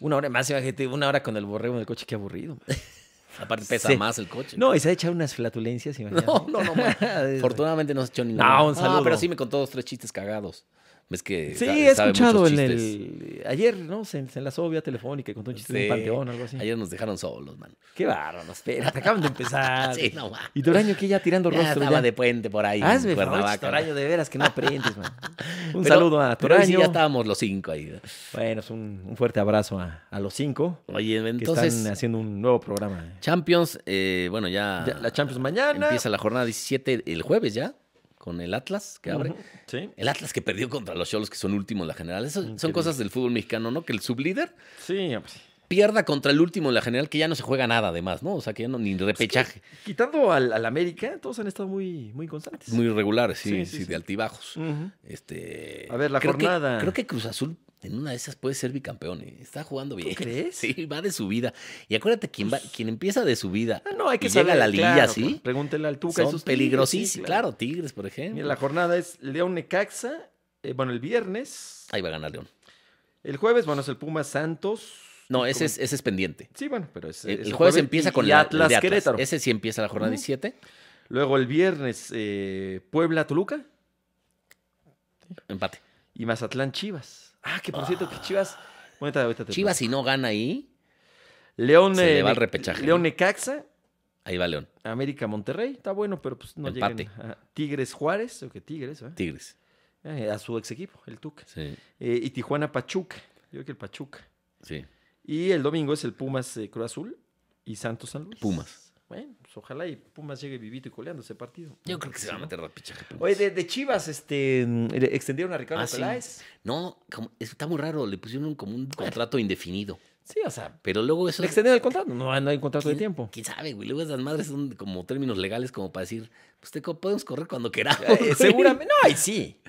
Una hora más, imagínate, una hora con el borrego en el coche, qué aburrido. man.
Aparte pesa
Sí.
más el coche.
No, y se ha echado unas flatulencias, imagínate.
no, no, no, man.
Ay, güey.
Afortunadamente no se echó ninguna.
No, Ah, un saludo.
pero sí me contó dos, tres chistes cagados. Es que
Sí,
sa-
he
Eh, sabe
escuchado
muchos
en
chistes.
el. Ayer, ¿no? Se, se enlazó vía telefónica y contó un chiste de un
Sí.
panteón o algo así.
Ayer nos dejaron solos, man. Ah,
Qué bárbaro, espérate, acaban de empezar.
sí, no, man.
Ah, Y Doraño que ya tirando
Ya
rostro.
estaba
Ya. Ah,
de puente por ahí. en
Hazme favor,
Cuernavaca.
Toraño, de veras que no aprendes, man. Un
Pero-
saludo a
pero hoy sí
Toraño.
ya estábamos los cinco ahí.
Bueno, es un, un fuerte abrazo a, a los cinco
Oye,
que
entonces...
están haciendo un nuevo programa.
Champions, eh, bueno, ya,
Ya, la Champions mañana.
empieza la jornada 17 el jueves ya, con el Atlas que abre.
Ujú, Sí.
El Atlas que perdió contra los Cholos, que son últimos en la general. Eso son
Increíble.
cosas del fútbol mexicano, ¿no? Que el sublíder
Sí, pues,
pierda contra el último en la general, que ya no se juega nada además, ¿no? O sea, que ya no, ni repechaje.
Quitando al, al América, todos han estado muy, muy constantes.
Muy irregulares, sí,
Sí,
sí,
sí, sí.
de altibajos.
Ujú.
Este,
A ver, la
creo que-
jornada.
creo que Cruz Azul en una de esas puede ser bicampeón. ¿eh? Está jugando bien.
crees? Pues
Sí, va de subida. Y acuérdate, quien, va, quien empieza de subida
Ah, no, hay que
y llega a la
saber,
liguilla,
claro,
¿sí?
claro. Pregúntele al Tuca. y
son
sus Tigres,
peligrosísimos.
sí,
claro. Tigres, por ejemplo.
Mira, la jornada es León Necaxa. eh, bueno, el viernes.
Ahí va a ganar León.
El jueves, bueno, es el Pumas Santos.
No,
Y
ese es, ese es pendiente.
Sí, bueno, pero es.
El,
es
el jueves empieza
y-
con
y
la- el
Atlas,
de Atlas.
Querétaro.
Ese sí empieza la jornada
Ujú.
17.
Luego el viernes, eh, Puebla Toluca
Empate.
y Mazatlán Chivas. Ah, que por cierto, que Chivas. Bueno, ahorita- ahorita te-
Chivas, si no gana ahí,
León.
se le
eh,
va el
Ne-
repechaje.
León Necaxa.
ahí va León.
América Monterrey, está bueno, pero pues no llegan
Empate.
a- Tigres Juárez, o que Tigres, ¿eh?
Tigres.
Eh, a su ex equipo, el Tuca.
Sí,
Eh, y Tijuana Pachuca, yo creo que el Pachuca.
sí.
Y el domingo es el Pumas eh, Cruz Azul y Santos San Luis.
Pumas.
Bueno, pues ojalá y Pumas llegue vivito y coleando ese partido.
Yo creo que se va a
Sí, ¿no?
meter repechaje. Pumas.
Oye, de, de Chivas, este, mm, le extendieron a Ricardo
Ah, sí.
Peláez.
No, como- está muy raro. Le pusieron como un contrato indefinido.
Sí, o sea,
Pero luego eso.
le extendieron el contrato. No, no hay contrato de tiempo.
¿Quién sabe, güey? Luego esas madres son como términos legales como para decir, pues te co- podemos correr cuando queramos.
Eh,
güey.
seguramente, no, ahí sí.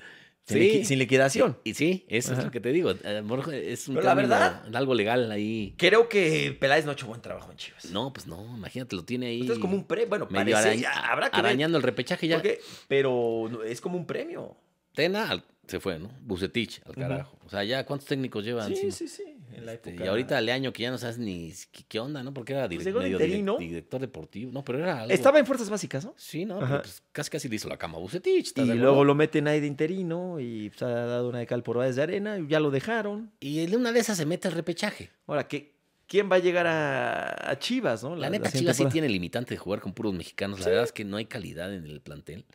Sin,
Sí.
liqui- sin liquidación.
Y sí, eso
Ajá.
es lo que te digo. A lo mejor Es un
Pero la
término-
verdad-
algo legal ahí.
Creo que Peláez no ha hecho buen trabajo en Chivas.
No, pues no, imagínate, lo tiene ahí.
Esto es como un premio. Bueno,
medio
parece,
araña-
ya, habrá que ver,
arañando el repechaje ya.
porque- pero no, es como un premio.
Tena al- se fue, ¿no? Bucetich, al carajo. O sea, ya cuántos técnicos llevan.
Sí,
encima?
sí, sí. En la
Este,
época.
y ahorita Leaño, que ya no sabes ni si- qué onda, ¿no? Porque era direc-
Pues llegó de
medio direc-
interino.
director deportivo. No, pero era algo.
Estaba en fuerzas básicas, ¿no?
Sí, no,
Ajá.
pero pues casi casi le hizo la cama a Bucetich. ¿estás
Y
de
luego
acuerdo?
lo meten ahí de interino y se ha dado una de cal por bares de arena. Y ya lo dejaron.
Y en una de esas se mete el repechaje.
Ahora, ¿qué, ¿quién va a llegar a, a Chivas, no?
La, neta,
siguiente
Chivas sí
temporada.
tiene limitante de jugar con puros mexicanos. La verdad es que no hay calidad en el plantel.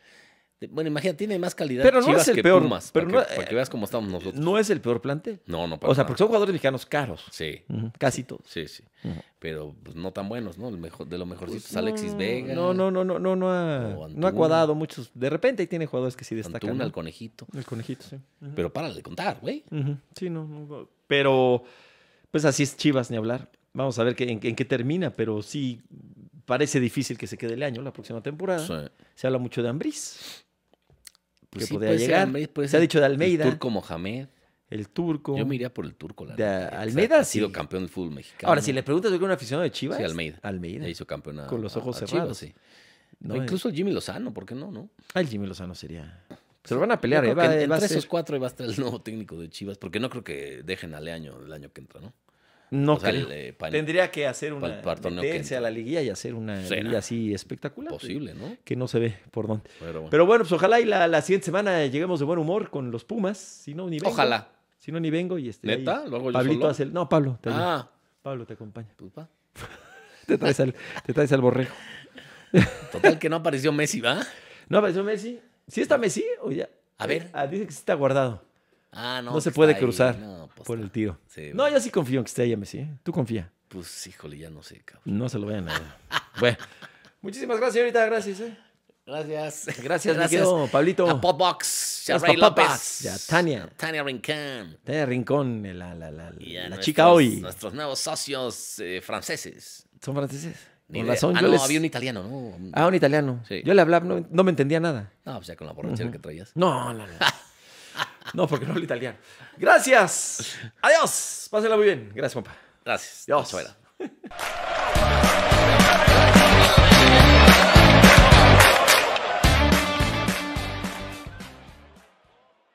De- Bueno, imagínate, tiene más calidad
Pero no
Chivas
es el
que
peor,
Pumas.
pero
para,
no-
que,
eh,
para que veas cómo estamos nosotros.
No es el peor plantel.
No, no, para
O sea,
nada.
porque son jugadores mexicanos caros.
Sí,
Ujú, Casi todos.
sí, sí.
Ujú.
Pero pues, no tan buenos, ¿no? El mejor, de los mejorcitos,
Pues,
Alexis
no,
Vega.
No, no, no, no, no, no
O
ha, no
Antuna.
ha cuadrado muchos. De repente ahí tiene jugadores que sí destacan.
Antuna,
¿no?
el conejito.
El conejito, sí. Ujú.
Pero para de contar, güey.
Ujú, Sí, no, no, no. Pero, pues así es Chivas, ni hablar. Vamos a ver qué- en, en qué termina, pero sí parece difícil que se quede el año la próxima temporada.
Sí.
Se habla mucho de Ambriz,
Pues
que
sí,
podría
puede ser
llegar.
Almeida, puede
se ha
ser
dicho de
El
Almeida, el turco.
turco Mohamed. Yo me iría por el turco. La
De
neta, que
Almeida,
Ha sido
sí.
campeón del fútbol mexicano.
Ahora, si le preguntas a un aficionado de Chivas.
Sí, Almeida.
Almeida.
Ya hizo campeón a-
Con los
a-
ojos
a Chivas,
cerrados.
sí.
No,
O incluso Jimmy Lozano, ¿por qué no? no?
Ah, el Jimmy Lozano sería. Se lo van a
Yo
pelear,
creo
eh, va-
que en-
va a
entre
ser-
esos cuatro ahí va a estar el nuevo técnico de Chivas, porque no creo que dejen al año el año que entra, ¿no?
No
o sea,
creo.
el, eh, pan-
Tendría que hacer
Para el-
una.
para el torneo que
meterse a la liguilla y hacer una
Será.
liguilla así espectacular.
posible, ¿no?
Que no se ve por dónde.
Pero bueno.
Pero bueno, pues ojalá y la, la siguiente semana lleguemos de buen humor con los Pumas. Si no, ni vengo.
Ojalá.
Si no, ni vengo y este.
¿Neta?
ahí
¿Lo hago yo
Pablito
solo?
hace el. No, Pablo. Te ayuda.
Ah,
Pablo te acompaña.
pues va.
Te traes al, te traes al borrego.
Total que no apareció Messi, ¿va?
No, apareció Messi. ¿Sí está Messi o ya?
A ver.
Ah, dice que sí está guardado.
Ah, no.
No, se
que
puede
está ahí.
cruzar
No, pues
por
está.
el tiro.
Sí,
no,
bueno.
yo sí confío en que esté ahí Messi. ¿eh? Tú confía.
Pues híjole, ya no sé, cabrón.
No se lo vayan a bueno. Muchísimas gracias, señorita. Gracias. ¿eh?
Gracias.
Gracias, mi querido Pablito.
A Popbox,
Las
Charray
papapas.
López.
Ya, Tania.
Tania Rincón.
Tania Rincón, eh, la, la, la,
Y a
la
nuestros-
chica hoy.
Nuestros nuevos socios eh, franceses.
¿Son franceses?
Ni
Con
idea.
razón,
ah,
yo
no,
les-
había un italiano, ¿no?
Ah, un italiano.
Sí.
Yo le hablaba, no, no me entendía nada.
No, pues ya con la borrachera que traías.
No, no, no. no, porque no hablo italiano. Gracias. Adiós. Pásenla muy bien. Gracias, papá.
Gracias.
Dios.
Chuela.